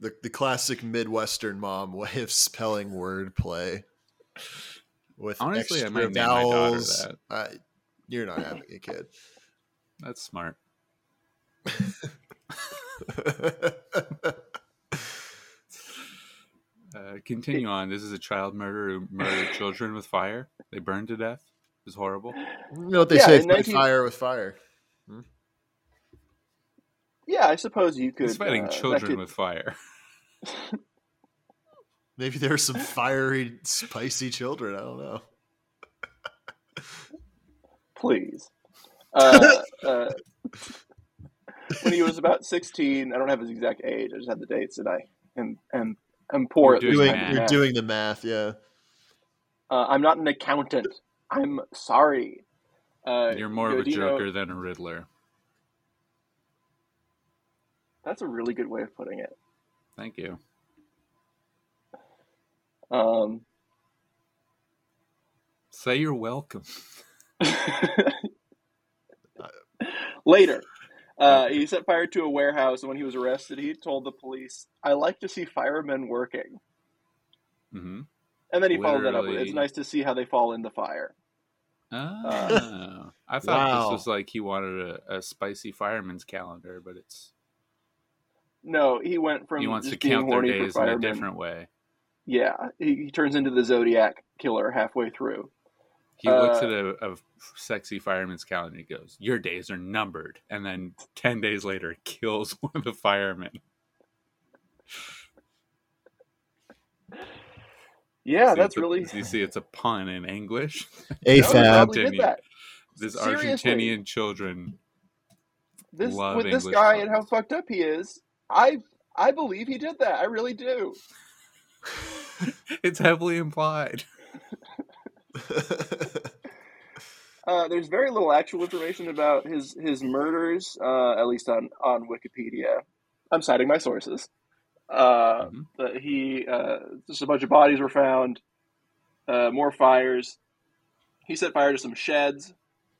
C: The, the classic Midwestern mom way of spelling wordplay. With
B: Honestly, I
C: extra
B: might name my daughter
C: vowels.
B: that.
C: Uh, you're not having a kid.
B: That's smart. Uh, continue on. This is a child murderer who murdered children with fire. They burned to death. It was horrible.
C: you know what they
D: Yeah,
C: say?
D: in
C: Fight
D: 19
C: fire with fire.
D: yeah. I suppose you could.
B: He's fighting
D: uh, that
B: children
D: could-
B: with fire.
C: Maybe there were some fiery, spicy children. I don't know.
D: please. Uh, uh, when he was about sixteen, I don't have his exact age. I just have the dates, and I am am am
B: You're
D: poor at
B: doing
C: Doing,
D: this kind of
B: math.
C: You're
D: math.
C: doing the math, yeah.
D: Uh, I'm not an accountant. I'm sorry. Uh,
B: You're more of a
D: Godino-
B: Joker than a Riddler.
D: That's a really good way of putting it.
B: Thank you.
D: Um,
B: Say you're welcome.
D: Later, uh, he set fire to a warehouse, and when he was arrested, he told the police, "I like to see firemen working."
B: hmm
D: And then he followed that up with,
B: Literally.
D: "It's nice to see how they fall into fire."
B: Oh, I thought
C: Wow.
B: this was like he wanted a, a spicy fireman's calendar, but it's
D: No, he went from
B: he wants to
D: just being
B: count their
D: horny for
B: days in a
D: firemen.
B: different way.
D: Yeah, he, he turns into the Zodiac killer halfway through.
B: He looks
D: Uh,
B: at a, a sexy fireman's calendar and he goes, "Your days are numbered." And then ten days later, kills one of the firemen.
D: Yeah,
B: See,
D: that's
B: it's a-
D: really
B: You see, it's a pun in English.
D: no, he
C: AFAB.
D: probably did
B: Continue.
D: that.
B: This
D: Seriously.
B: Argentinian children.
D: This
B: Love
D: with this
B: English
D: guy and how
B: puns.
D: fucked up he is. I I believe he did that. I really do.
B: It's heavily implied.
D: Uh, there's very little actual information about his his murders, uh, at least on on Wikipedia. I'm citing my sources. Uh,
B: Mhm.
D: But he uh, just a bunch of bodies were found, uh, more fires. He set fire to some sheds.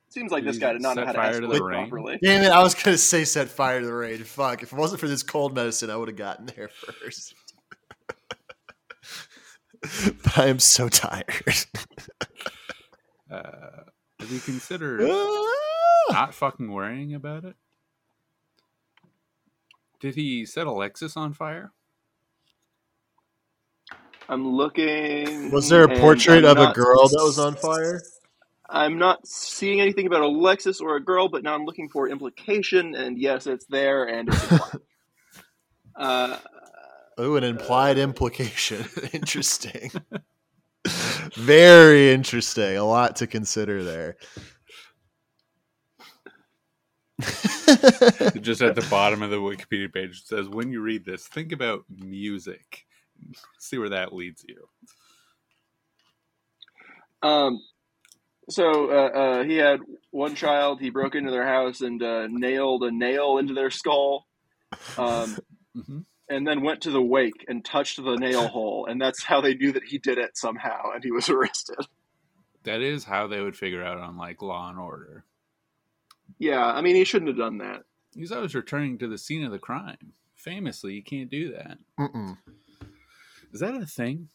D: Seems like
B: Did
D: this
B: he
D: guy did not know
B: set
D: how to
B: fire to the
D: escalate
B: rain?
D: properly.
C: Damn it, I was gonna say set fire to the rain. Fuck. If it wasn't for this cold medicine, I would have gotten there first. but I am so tired.
B: Uh, have you considered
C: Ah!
B: not fucking worrying about it? Did he set Alexis on fire?
D: I'm looking.
C: was there a
D: and
C: portrait
D: I'm
C: of a
D: not-
C: girl that was on fire?
D: I'm not seeing anything about a Lexus or a girl, but now I'm looking for implication, and yes, it's there, and it's implied. uh,
C: Oh, an implied implication. interesting. Very interesting. A lot to consider there.
B: Just at the bottom of the Wikipedia page it says, "When you read this, think about music. See where that leads you."
D: Um, so uh, uh, he had one child. He broke into their house and uh, nailed a nail into their skull, um,
B: hmm
D: and then went to the wake and touched the nail hole, and that's how they knew that he did it somehow, and he was arrested.
B: That is how they would figure out on like Law and Order.
D: Yeah, I mean he shouldn't have done that.
B: He's always returning to the scene of the crime. Famously, you can't do that.
C: Mm-mm.
B: Is that a thing?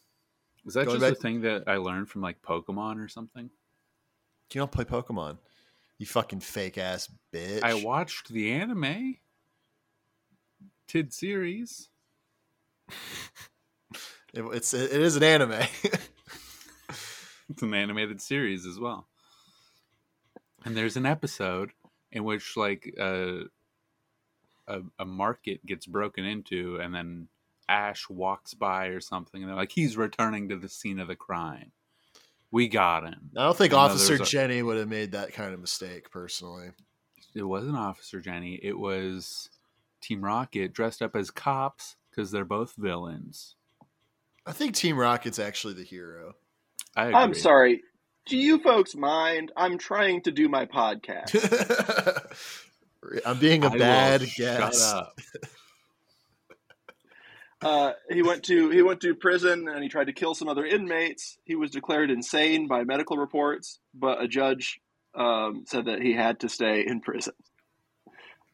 B: Is that
C: Going
B: just a
C: back-
B: thing that I learned from like Pokemon or something?
C: You don't play Pokemon. You fucking fake ass bitch.
B: I watched the anime Tid series.
C: It- it's it is an anime.
B: It's an animated series as well. And there's an episode in which like uh, a a market gets broken into and then Ash walks by or something and they're like he's returning to the scene of the crime. We got him.
C: I don't think
B: No,
C: Officer
B: there's a-
C: Jenny would have made that kind of mistake personally.
B: It wasn't Officer Jenny, it was Team Rocket dressed up as cops cuz they're both villains.
C: I think Team Rocket's actually the hero.
B: I agree.
D: I'm sorry. Do you folks mind? I'm trying to do my podcast.
C: I'm being a
B: I will
C: bad
B: shut
C: guest.
B: up.
D: Uh, he went to he went to prison and he tried to kill some other inmates. He was declared insane by medical reports, but a judge um, said that he had to stay in prison.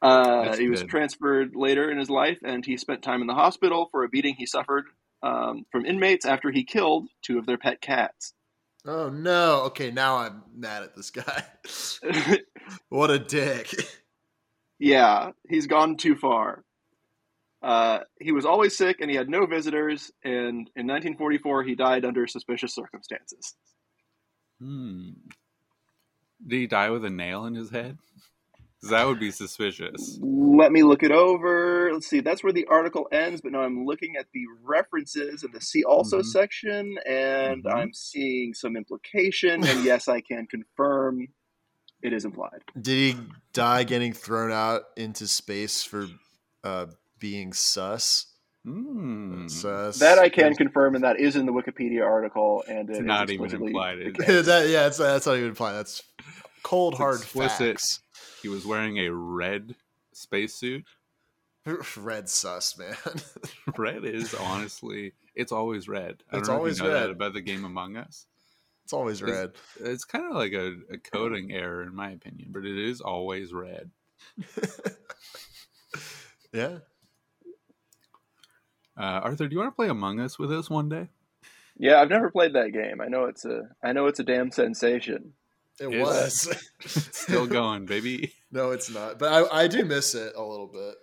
D: Uh,
B: That's
D: he was
B: good.
D: transferred later in his life, and he spent time in the hospital for a beating he suffered um, from inmates after he killed two of their pet cats.
C: Oh no. Okay, now I'm mad at this guy. what a dick.
D: Yeah, he's gone too far. Uh, he was always sick and he had no visitors, and in 1944, he died under suspicious circumstances.
B: Hmm. Did he die with a nail in his head? 'Cause That would be suspicious.
D: Let me look it over. Let's see, that's where the article ends, but now I'm looking at the references in the See Also
B: Mhm.
D: section, and
B: Mhm.
D: I'm seeing some implication, and yes, I can confirm it is implied.
C: Did he die getting thrown out into space for uh, being sus?
B: Hmm.
C: Sus.
D: That I can confirm, and that is in the Wikipedia article, and
B: It's
D: it is
B: not even
D: explicitly
B: implied.
D: the
B: It-
D: case.
C: that, yeah, that's, that's not even implied. That's cold
B: It's
C: hard
B: explicit.
C: facts.
B: He was wearing a red spacesuit.
C: Red sus, man.
B: Red is honestly, it's always red. I don't
C: It's
B: know if
C: always
B: you know that
C: red.
B: about the game Among Us.
C: it's always
B: Is-
C: red.
B: It's kind of like a, a coding error, in my opinion, but it is always red.
C: Yeah.
B: Uh, Arthur, do you want to play Among Us with us one day?
D: Yeah, I've never played that game. I know it's a I know it's a damn sensation.
C: It
B: It's-
C: was.
B: It's still going, baby.
C: no, it's not. But I, I do miss it a little bit.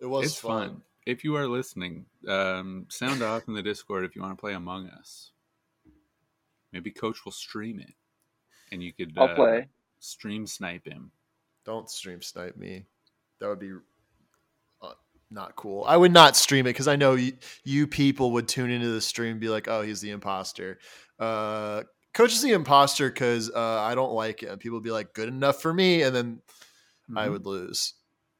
C: It was
B: it's fun. If you are listening, um, sound off in the Discord if you want to play Among Us. Maybe Coach will stream it, and you could uh,
D: I'll play.
B: stream snipe him.
C: Don't stream snipe me. That would be uh, not cool. I would not stream it because I know you, you people would tune into the stream and be like, oh, he's the imposter. Uh, Coach is the imposter because uh, I don't like it. And people would be like, good enough for me. And then I
B: Mhm.
C: would lose.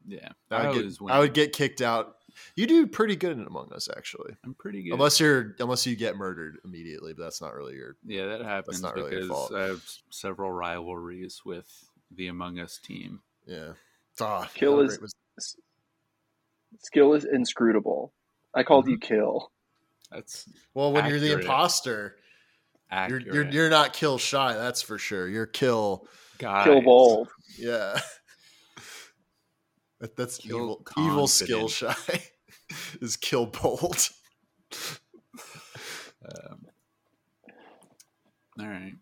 B: yeah.
C: I would,
B: always
C: get,
B: win.
C: I would get kicked out. You do pretty good in Among Us, actually.
B: I'm pretty good.
C: Unless you're, unless you get murdered immediately, but that's not really your.
B: yeah, that happens
C: not really your
B: because
C: fault.
B: I have s- several rivalries with the Among Us team.
C: Yeah. Ah,
D: Kill
C: how
D: is-
C: great was-
D: Skill is inscrutable. I
B: Mm-hmm.
D: called you kill.
B: That's
C: Well, when you're the
B: accurate.
C: imposter, you're,
B: accurate.
C: you're you're not kill shy. That's for sure. You're kill.
D: Kill
B: Guys,
D: bold.
C: Yeah. That- that's
B: Kill
C: evil evil skill
B: confident.
C: shy is kill bold.
B: Um, all right.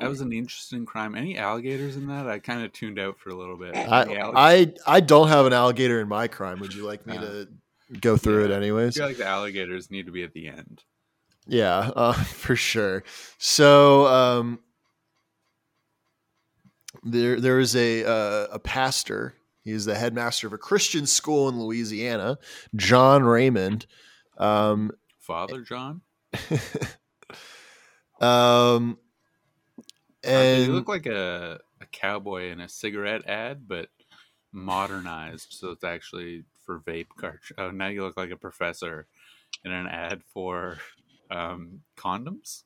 B: That was an interesting crime. Any alligators in that? I kind of tuned out for a little bit.
C: I,
B: Any alligators?
C: I I don't have an alligator in my crime. Would you like me
B: Uh,
C: to go through it
B: yeah. I
C: anyways?
B: feel like the alligators need to be at the end.
C: Yeah, uh, for sure. So um there there is a uh, a pastor. He is the headmaster of a Christian school in Louisiana, John Raymond. Um,
B: Father John?
C: um,
B: And, you
C: and
B: look like a, a cowboy in a cigarette ad, but modernized. So it's actually for vape cartridge. Oh, now you look like a professor in an ad for um, condoms.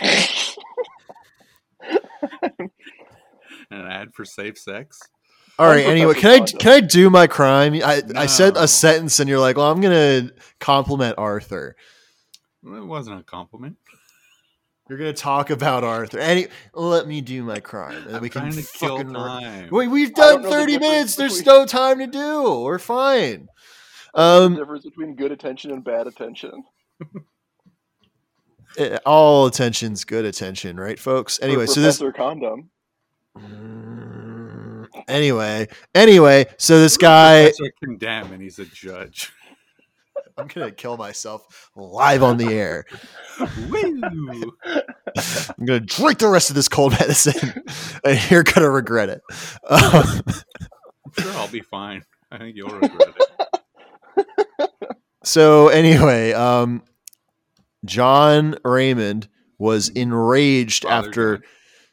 B: an ad for safe sex.
C: all right.
D: I'm
C: Anyway, can I
D: Professor Fonda.
C: can I do my crime? I I said
B: No.
C: a sentence, and you're like, well, I'm gonna compliment Arthur.
B: Well, It wasn't a compliment.
C: You're gonna talk about Arthur. Any, let me do my crime, and
B: I'm
C: we can
B: trying to kill
C: fucking.
B: time.
C: Wait, we've
D: I don't
C: done
D: know the
C: 30
D: difference
C: minutes. There's
D: between-
C: no time to do. We're fine. Um,
D: difference between good attention and bad attention.
C: eh, all attention's good attention, right, folks?
D: For
C: Anyway, so this
D: Professor condom.
C: Anyway, anyway, so this guy
B: That's what condemn, and he's a judge.
C: I'm going to kill myself live on the air.
B: Woo!
C: I'm going to drink the rest of this cold medicine and you're going to regret it. Um,
B: I'm sure I'll be fine. I think you'll regret it.
C: so anyway, um John Raymond was enraged
B: Father
C: after
B: John.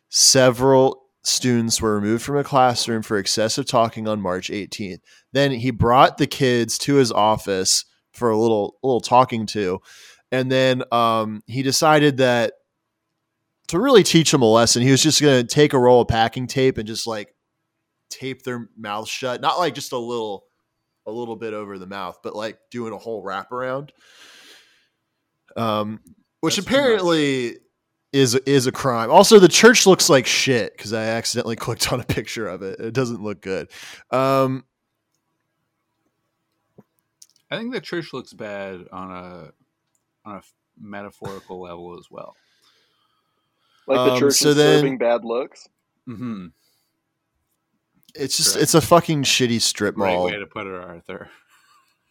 C: several students were removed from a classroom for excessive talking on March 18th. Then he brought the kids to his office for a little little talking to, and then um, he decided that to really teach them a lesson, he was just going to take a roll of packing tape and just like tape their mouth shut, not like just a little a little bit over the mouth, but like doing a whole wraparound. Um, which
B: That's too much.
C: apparently is is a crime. Also, the church looks like shit because I accidentally clicked on a picture of it. It doesn't look good. Um,
B: I think the church looks bad on a on a metaphorical level as well.
D: Like the
C: Um,
D: church
C: so
D: is
C: then-
D: serving bad looks.
B: Mm-hmm.
C: it's just
B: Correct.
C: it's a fucking shitty strip
B: Right
C: mall.
B: way to put it, Arthur.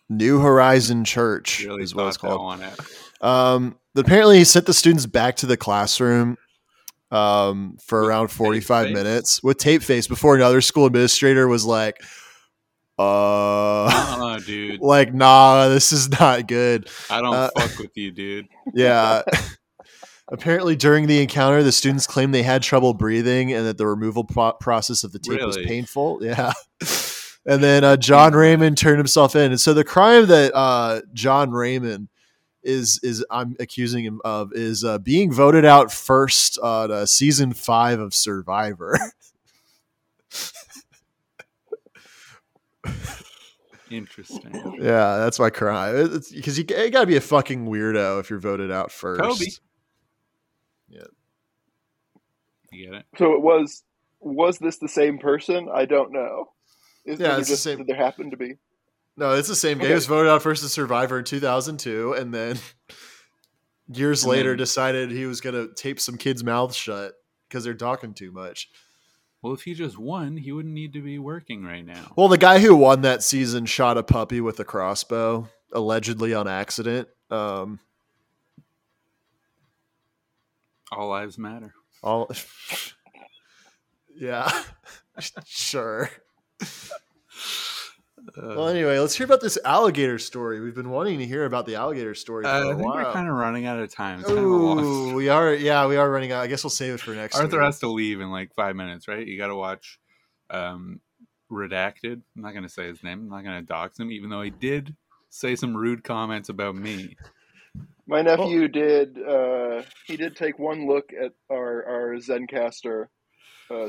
C: New Horizon Church
B: Really
C: is what it's
B: thought that
C: called.
B: one out.
C: Um, but apparently, he sent the students back to the classroom um, for
B: With
C: around 45
B: face?
C: minutes with tape face before another school administrator was like, uh,
B: Uh-uh, dude.
C: like, nah, this is not good.
B: I don't
C: uh,
B: fuck with you, dude.
C: Yeah. Apparently, during the encounter, the students claimed they had trouble breathing and that the removal pro- process of the tape was
B: Really?
C: painful. Yeah. And then uh, John Raymond turned himself in. And so the crime that uh, John Raymond is is I'm accusing him of is uh, being voted out first on uh, season five of Survivor.
B: Interesting.
C: yeah, that's my crime. Because you, you got to be a fucking weirdo if you're voted out first.
B: Toby.
C: Yeah.
B: You get it?
D: So it was. Was this the same person? I don't know. Is,
C: Yeah,
D: was it
C: it's the
D: just-
C: same-
D: Did there happen to be?
C: No, it's the same game.
D: Okay.
C: It was voted out first as Survivor in 2002, and then years
B: And
C: later
B: then-
C: decided he was going to tape some kids' mouths shut because they're talking too much.
B: Well, if he just won, he wouldn't need to be working right now.
C: Well, the guy who won that season shot a puppy with a crossbow, allegedly on accident. Um,
B: All lives matter.
C: all, yeah, sure.
B: Uh,
C: Well, anyway, let's hear about this alligator story. We've been wanting to hear about the alligator story for
B: uh, I
C: a
B: think we're
C: while.
B: kind of running out of time. It's kind of a loss.
C: Ooh, we are. Yeah, we are running out. I guess we'll save it for next.
B: Arthur
C: week.
B: has to leave in like five minutes, right? You got to watch um, Redacted. I'm not going to say his name. I'm not going to dox him, even though he did say some rude comments about me.
D: My nephew did. Uh, he did take one look at our our ZenCaster uh,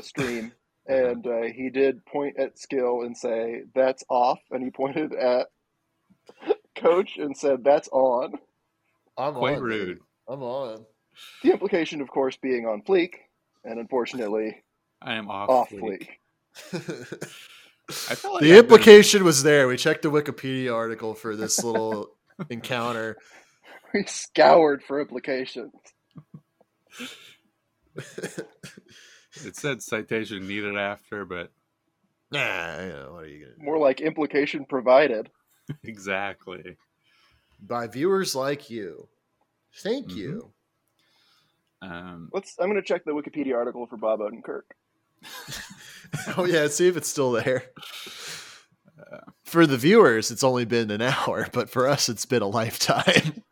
D: stream,
C: Uh-huh.
D: and uh, he did point at Skill and say, "That's off," and he pointed at Coach and said, "That's on."
C: I'm
B: Quite
C: on, dude.
B: rude.
C: I'm on.
D: The implication, of course, being on Fleek, and unfortunately,
B: I am off.
D: off
B: fleek.
D: Fleek.
C: the
B: I feel like I've been-
C: implication was there. We checked the Wikipedia article for this little encounter.
D: We scoured for implications.
B: it said citation needed after, but
C: Nah, you know, what are you gonna do?
D: More like implication provided.
B: exactly.
C: by viewers like you? Thank you.
B: Um,
D: Let's. I'm going to check the Wikipedia article for Bob Odenkirk.
C: oh yeah, see if it's still there. For the viewers, it's only been an hour, but for us, it's been a lifetime.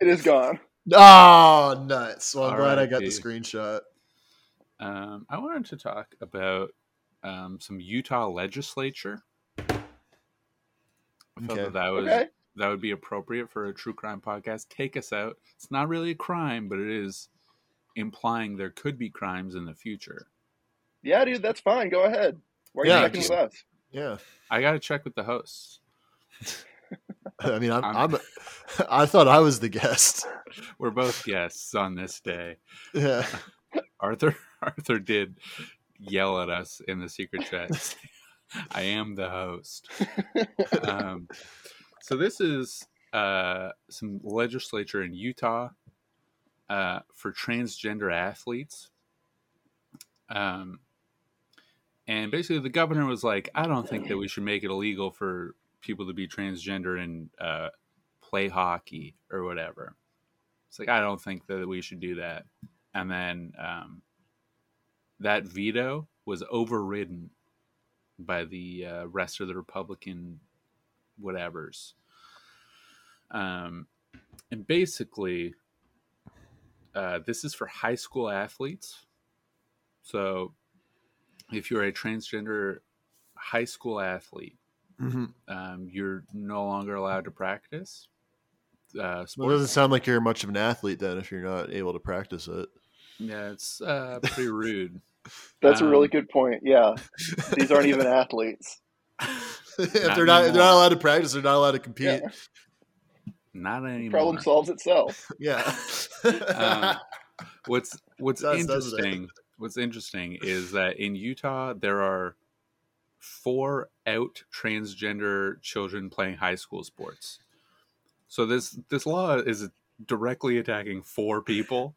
D: It is gone.
C: oh, nuts! Well, I'm glad I got
B: R.I.P..
C: the screenshot.
B: Um, I wanted to talk about um, some Utah legislature. I felt
C: Okay.
B: that, that was
D: Okay.
B: that would be appropriate for a true crime podcast. Take us out. It's not really a crime, but it is implying there could be crimes in the future.
D: Yeah, dude, that's fine. Go ahead. Why are
C: Yeah,
D: you checking
C: just-
D: with us?
C: Yeah,
B: I got to check with the hosts.
C: I mean, I'm,
B: I'm-
C: I'm, I thought I was the guest.
B: We're both guests on this day.
C: Yeah,
B: Arthur Arthur did yell at us in the secret chat. I am the host. um, so this is uh, some legislature in Utah uh, for transgender athletes. Um, and basically, the governor was like, "I don't think that we should make it illegal for people to be transgender and uh, play hockey or whatever." It's like I don't think that we should do that. And then um, that veto was overridden by the uh, rest of the Republican whatevers. Um, and basically, uh, this is for high school athletes. So if you're a transgender high school athlete,
C: Mhm.
B: um, you're no longer allowed to practice. Uh,
C: well, it
B: sports.
C: doesn't sound like you're much of an athlete then if you're not able to practice it.
B: Yeah, it's uh, pretty rude.
D: That's a really
B: Um,
D: good point. Yeah, these aren't even athletes.
C: if
B: Not
C: they're not, if they're
B: anymore.
C: not allowed to practice. They're not allowed to compete.
B: Not anymore.
D: Problem solves itself.
C: Yeah.
B: um, what's what's
C: Does, doesn't it?
B: interesting what's interesting is that in Utah there are four out transgender children playing high school sports. So this this law is directly attacking four people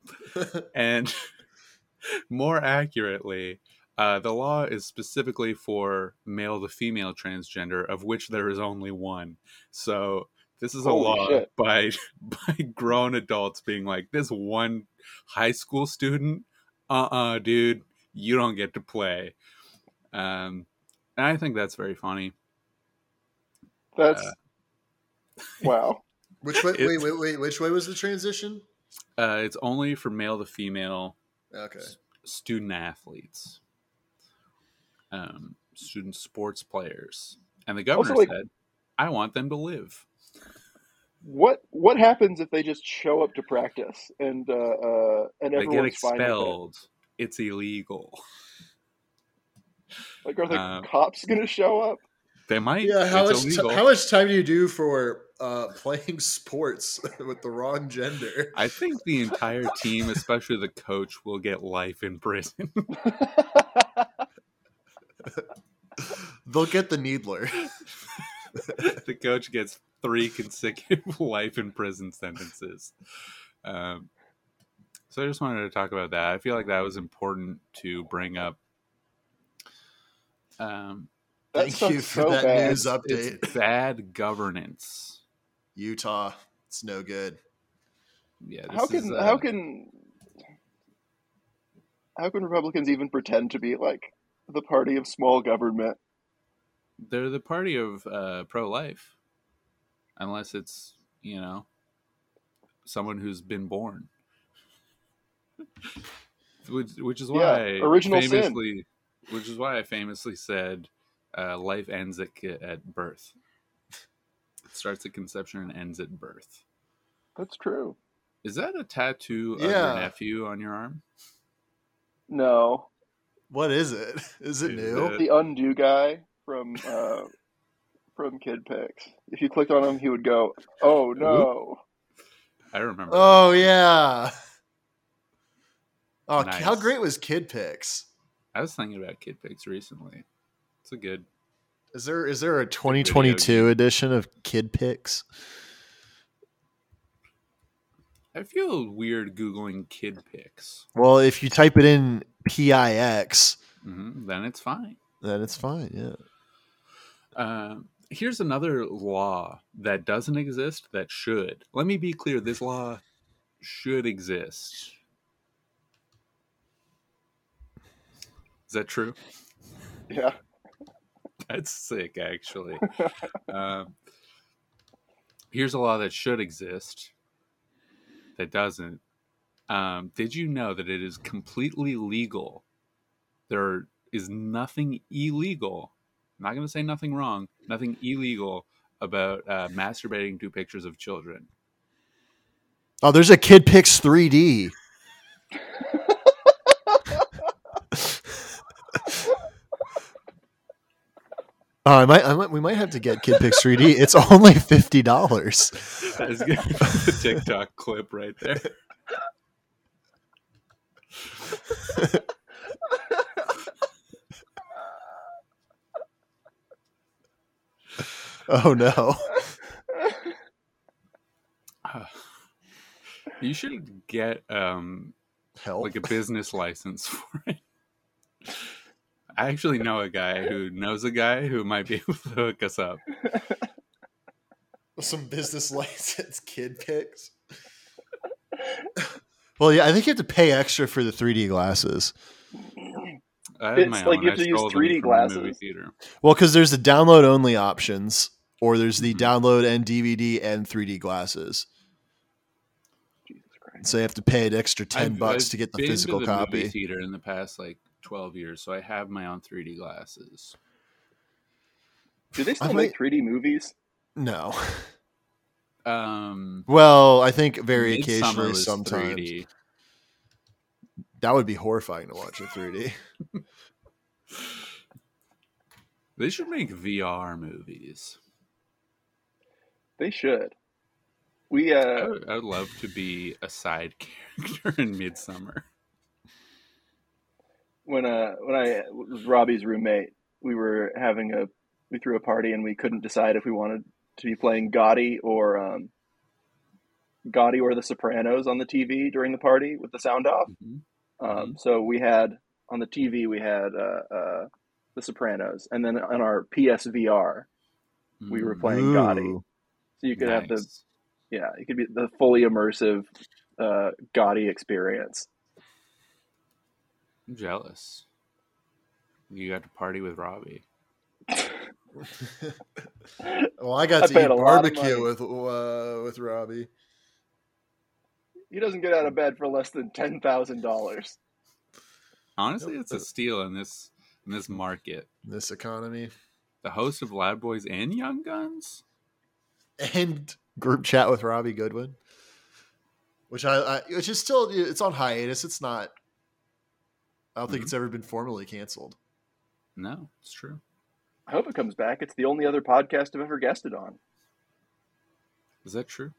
B: and more accurately uh, the law is specifically for male to female transgender of which there is only one. So this is a
D: Holy
B: law
D: shit.
B: by by grown adults being like this one high school student uh-uh dude you don't get to play um and i think that's very funny
D: That's
B: Uh,
D: wow.
C: which way?
B: It's-
C: Wait, wait, wait. Which way was the transition?
B: uh it's only for male to female
C: Okay.
B: student athletes um student sports players and the governor
D: like-
B: said i want them to live
D: What what happens if they just show up to practice and uh, uh, and
B: they get
D: everyone's fine with
B: expelled it's illegal
D: it? Like, are the
B: Um,
D: cops going to show up?
B: they might
C: Yeah. How
B: it's
C: much?
B: illegal.
C: T- how much time do you do for uh, playing sports with the wrong gender?
B: I think the entire team, especially the coach, will get life in prison.
C: They'll get the needler.
B: the coach gets three consecutive life in prison sentences. Um, so I just wanted to talk about that. I feel like that was important to bring up. Um,
D: That
C: Thank
D: stuff's
C: you for
D: so
C: that
D: bad.
C: news update.
B: it's bad governance.
C: Utah, it's no good.
B: Yeah.
D: how
B: this is,
D: can
B: uh,
D: how can how can Republicans even pretend to be like the party of small government?
B: they're the party of uh, pro life, unless it's you know someone who's been born, which, which is why
D: Yeah,
B: I
D: original sin.
B: famously, which is why I famously said, uh, life ends at ki- at birth. It starts at conception and ends at birth.
D: That's true.
B: Is that a tattoo of
C: Yeah.
B: your nephew on your arm?
D: No,
C: What is it? Is it
B: Is
C: new?
B: it-
D: the undo guy from uh, from Kid Picks. If you clicked on him, he would go, "Oh no!"
B: I remember.
C: Oh yeah. Oh,
B: Nice.
C: how great was Kid Picks?
B: I was thinking about kid pics recently. It's a good.
C: Is there is there a 2022 edition of Kid Picks?
B: I feel weird googling kid pics.
C: Well, if you type it in PIX,
B: hmm then it's fine.
C: then it's fine. Yeah.
B: Um, here's another law that doesn't exist that should. Let me be clear this law should exist. that true?
D: Yeah.
B: That's sick, actually. um, here's a law that should exist that doesn't. Um, did you know that it is completely legal? There is nothing illegal. I'm not going to say nothing wrong, nothing illegal about uh, masturbating to pictures of children.
C: Oh, there's a Kid Picks 3D. Oh, I might, I might, we might have to get Kid Picks 3D. It's only fifty dollars.
B: That is going to be the TikTok clip right there.
C: Oh no!
B: Ah. you should get um,
D: Oh.
C: Help!
B: like a business license for it. I actually know a guy who knows a guy who might be able to hook us up.
C: Some business license Kid Picks. well, yeah, I think you have to pay extra for the 3D glasses.
B: I had
D: It's
B: my
D: like
B: own.
D: you
B: I
D: have to use
B: stole them
D: 3D
B: from the movie
D: glasses.
B: theater.
C: Well, because there's the download only options, or there's the
B: Mhm.
C: download and DVD and 3D glasses.
D: Jesus Christ.
C: So you have to pay an extra 10
B: I've-
C: bucks
B: I've
C: to get the
B: been to
C: physical
B: the movie
C: copy.
B: theater in the past like 12 years, so I have my own 3D glasses.
D: Do they still
C: I
D: make 3D movies?
C: No.
B: Um,
C: Well, I think very
B: Midsummer
C: occasionally
B: was
C: sometimes.
B: 3D.
C: That would be horrifying to watch in 3D.
B: They should make VR movies.
D: They should. We uh,
B: I, would, I would love to be a side character in Midsummer.
D: when uh when I was Robbie's roommate, we were having a we threw a party and we couldn't decide if we wanted to be playing Gotti or um Gotti or The Sopranos on the TV during the party with the sound off.
B: Mhm.
D: Um, so we had on the TV we had uh, uh, The Sopranos, and then on our PSVR we were
B: Mm,
D: playing Gotti.
C: Ooh.
D: So you could have the
B: nice.
D: yeah, it could be the fully immersive uh, Gotti experience.
B: I'm jealous. You got to party with Robbie.
C: Well, I got
D: I
C: to
D: paid
C: eat
D: a lot of
C: barbecue
D: money.
C: with uh, with Robbie.
D: He doesn't get out of bed for less than ten thousand dollars.
B: Honestly,
C: Nope.
B: it's a steal in this in this market.
C: in This economy
B: The host of Loud Boys and Young Guns.
C: and group chat with Robbie Goodwin, which I, I which is still it's on hiatus. It's not. I don't think
D: Mm-hmm.
B: Mhm.
C: it's ever been formally canceled.
B: No, it's true.
D: I hope it comes back. It's the only other podcast I've ever guested on.
B: Is that true?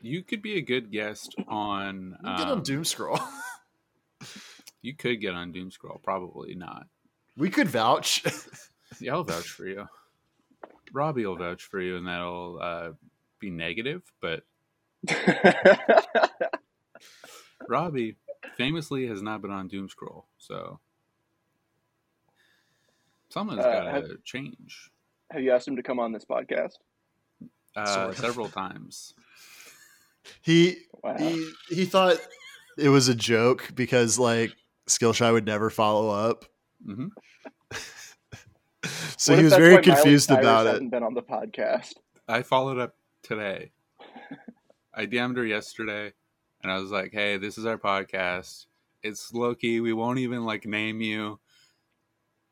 B: You could be a good guest on.
C: You can get on
B: um,
C: Doom Scroll.
B: You could get on Doom Scroll. Probably not.
C: we could vouch.
B: Yeah, I'll vouch for you. Robbie will vouch for you, and that'll uh, be negative. But Robbie famously has not been on Doom Scroll, so someone's
D: Uh,
B: got to
D: have-
B: change.
D: Have you asked him to come on this podcast?
B: Uh,
C: Sort of.
B: several times.
C: he
D: Wow.
C: he he thought it was a joke because like Skillshy would never follow up.
B: hmm
C: So
D: What
C: he
D: if
C: was
D: that's
C: very
D: why Miley
C: confused
D: Cyrus
C: about it.
D: Hasn't been on the podcast.
B: I followed up today. I DM'd her yesterday, and I was like, "Hey, this is our podcast. It's Loki. We won't even like name you.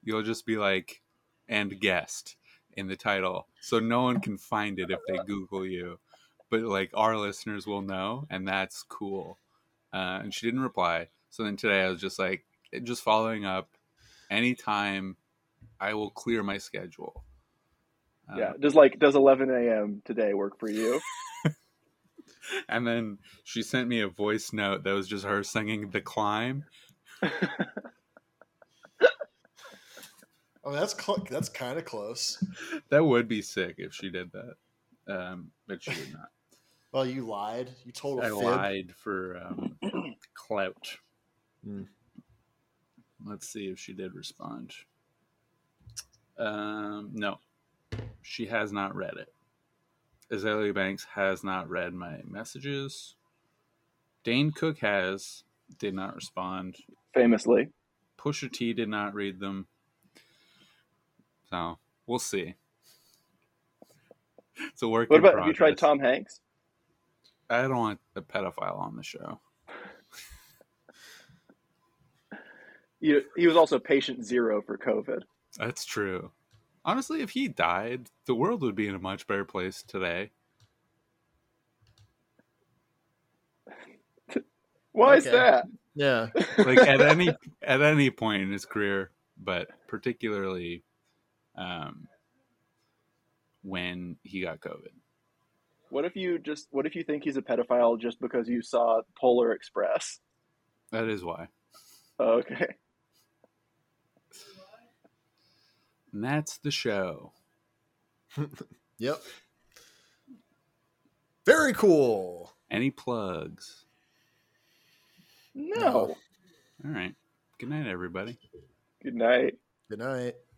B: You'll just be like, and guest in the title, so no one can find it if they Google you. But like our listeners will know, and that's cool." Uh, and she didn't reply. So then today I was just like, just following up. Anytime, I will clear my schedule.
C: Oh.
B: Uh,
D: yeah. Does like does 11 a.m. today work for you?
B: And then she sent me a voice note that was just her singing "The Climb."
C: Oh, that's cl- that's kind of close.
B: That would be sick if she did that, um, but she did not.
C: Well, you lied. You told a
B: I
C: Oh, fib.
B: lied for um, clout.
C: Hmm.
B: Let's see if she did respond. Um, no, she has not read it. Azalea Banks has not read my messages. Dane Cook has did not respond.
D: Famously.
B: Pusha T did not read them. So we'll see. It's a work.
D: What
B: in
D: about have you tried
B: progress.
D: Tom Hanks?
B: I don't want a pedophile on the show.
D: You, he was also patient zero for COVID.
B: That's true. Honestly, if he died, the world would be in a much better place today.
D: Why is
C: Okay.
D: that?
C: Yeah.
B: Like at any at any point in his career, but particularly um, when he got COVID.
D: What if you just what if you think he's a pedophile just because you saw Polar Express?
B: That is why.
D: Okay.
B: And that's the show.
C: Yep. Very cool.
B: Any plugs?
D: No.
B: All right. Good night, everybody.
D: Good night.
C: Good night.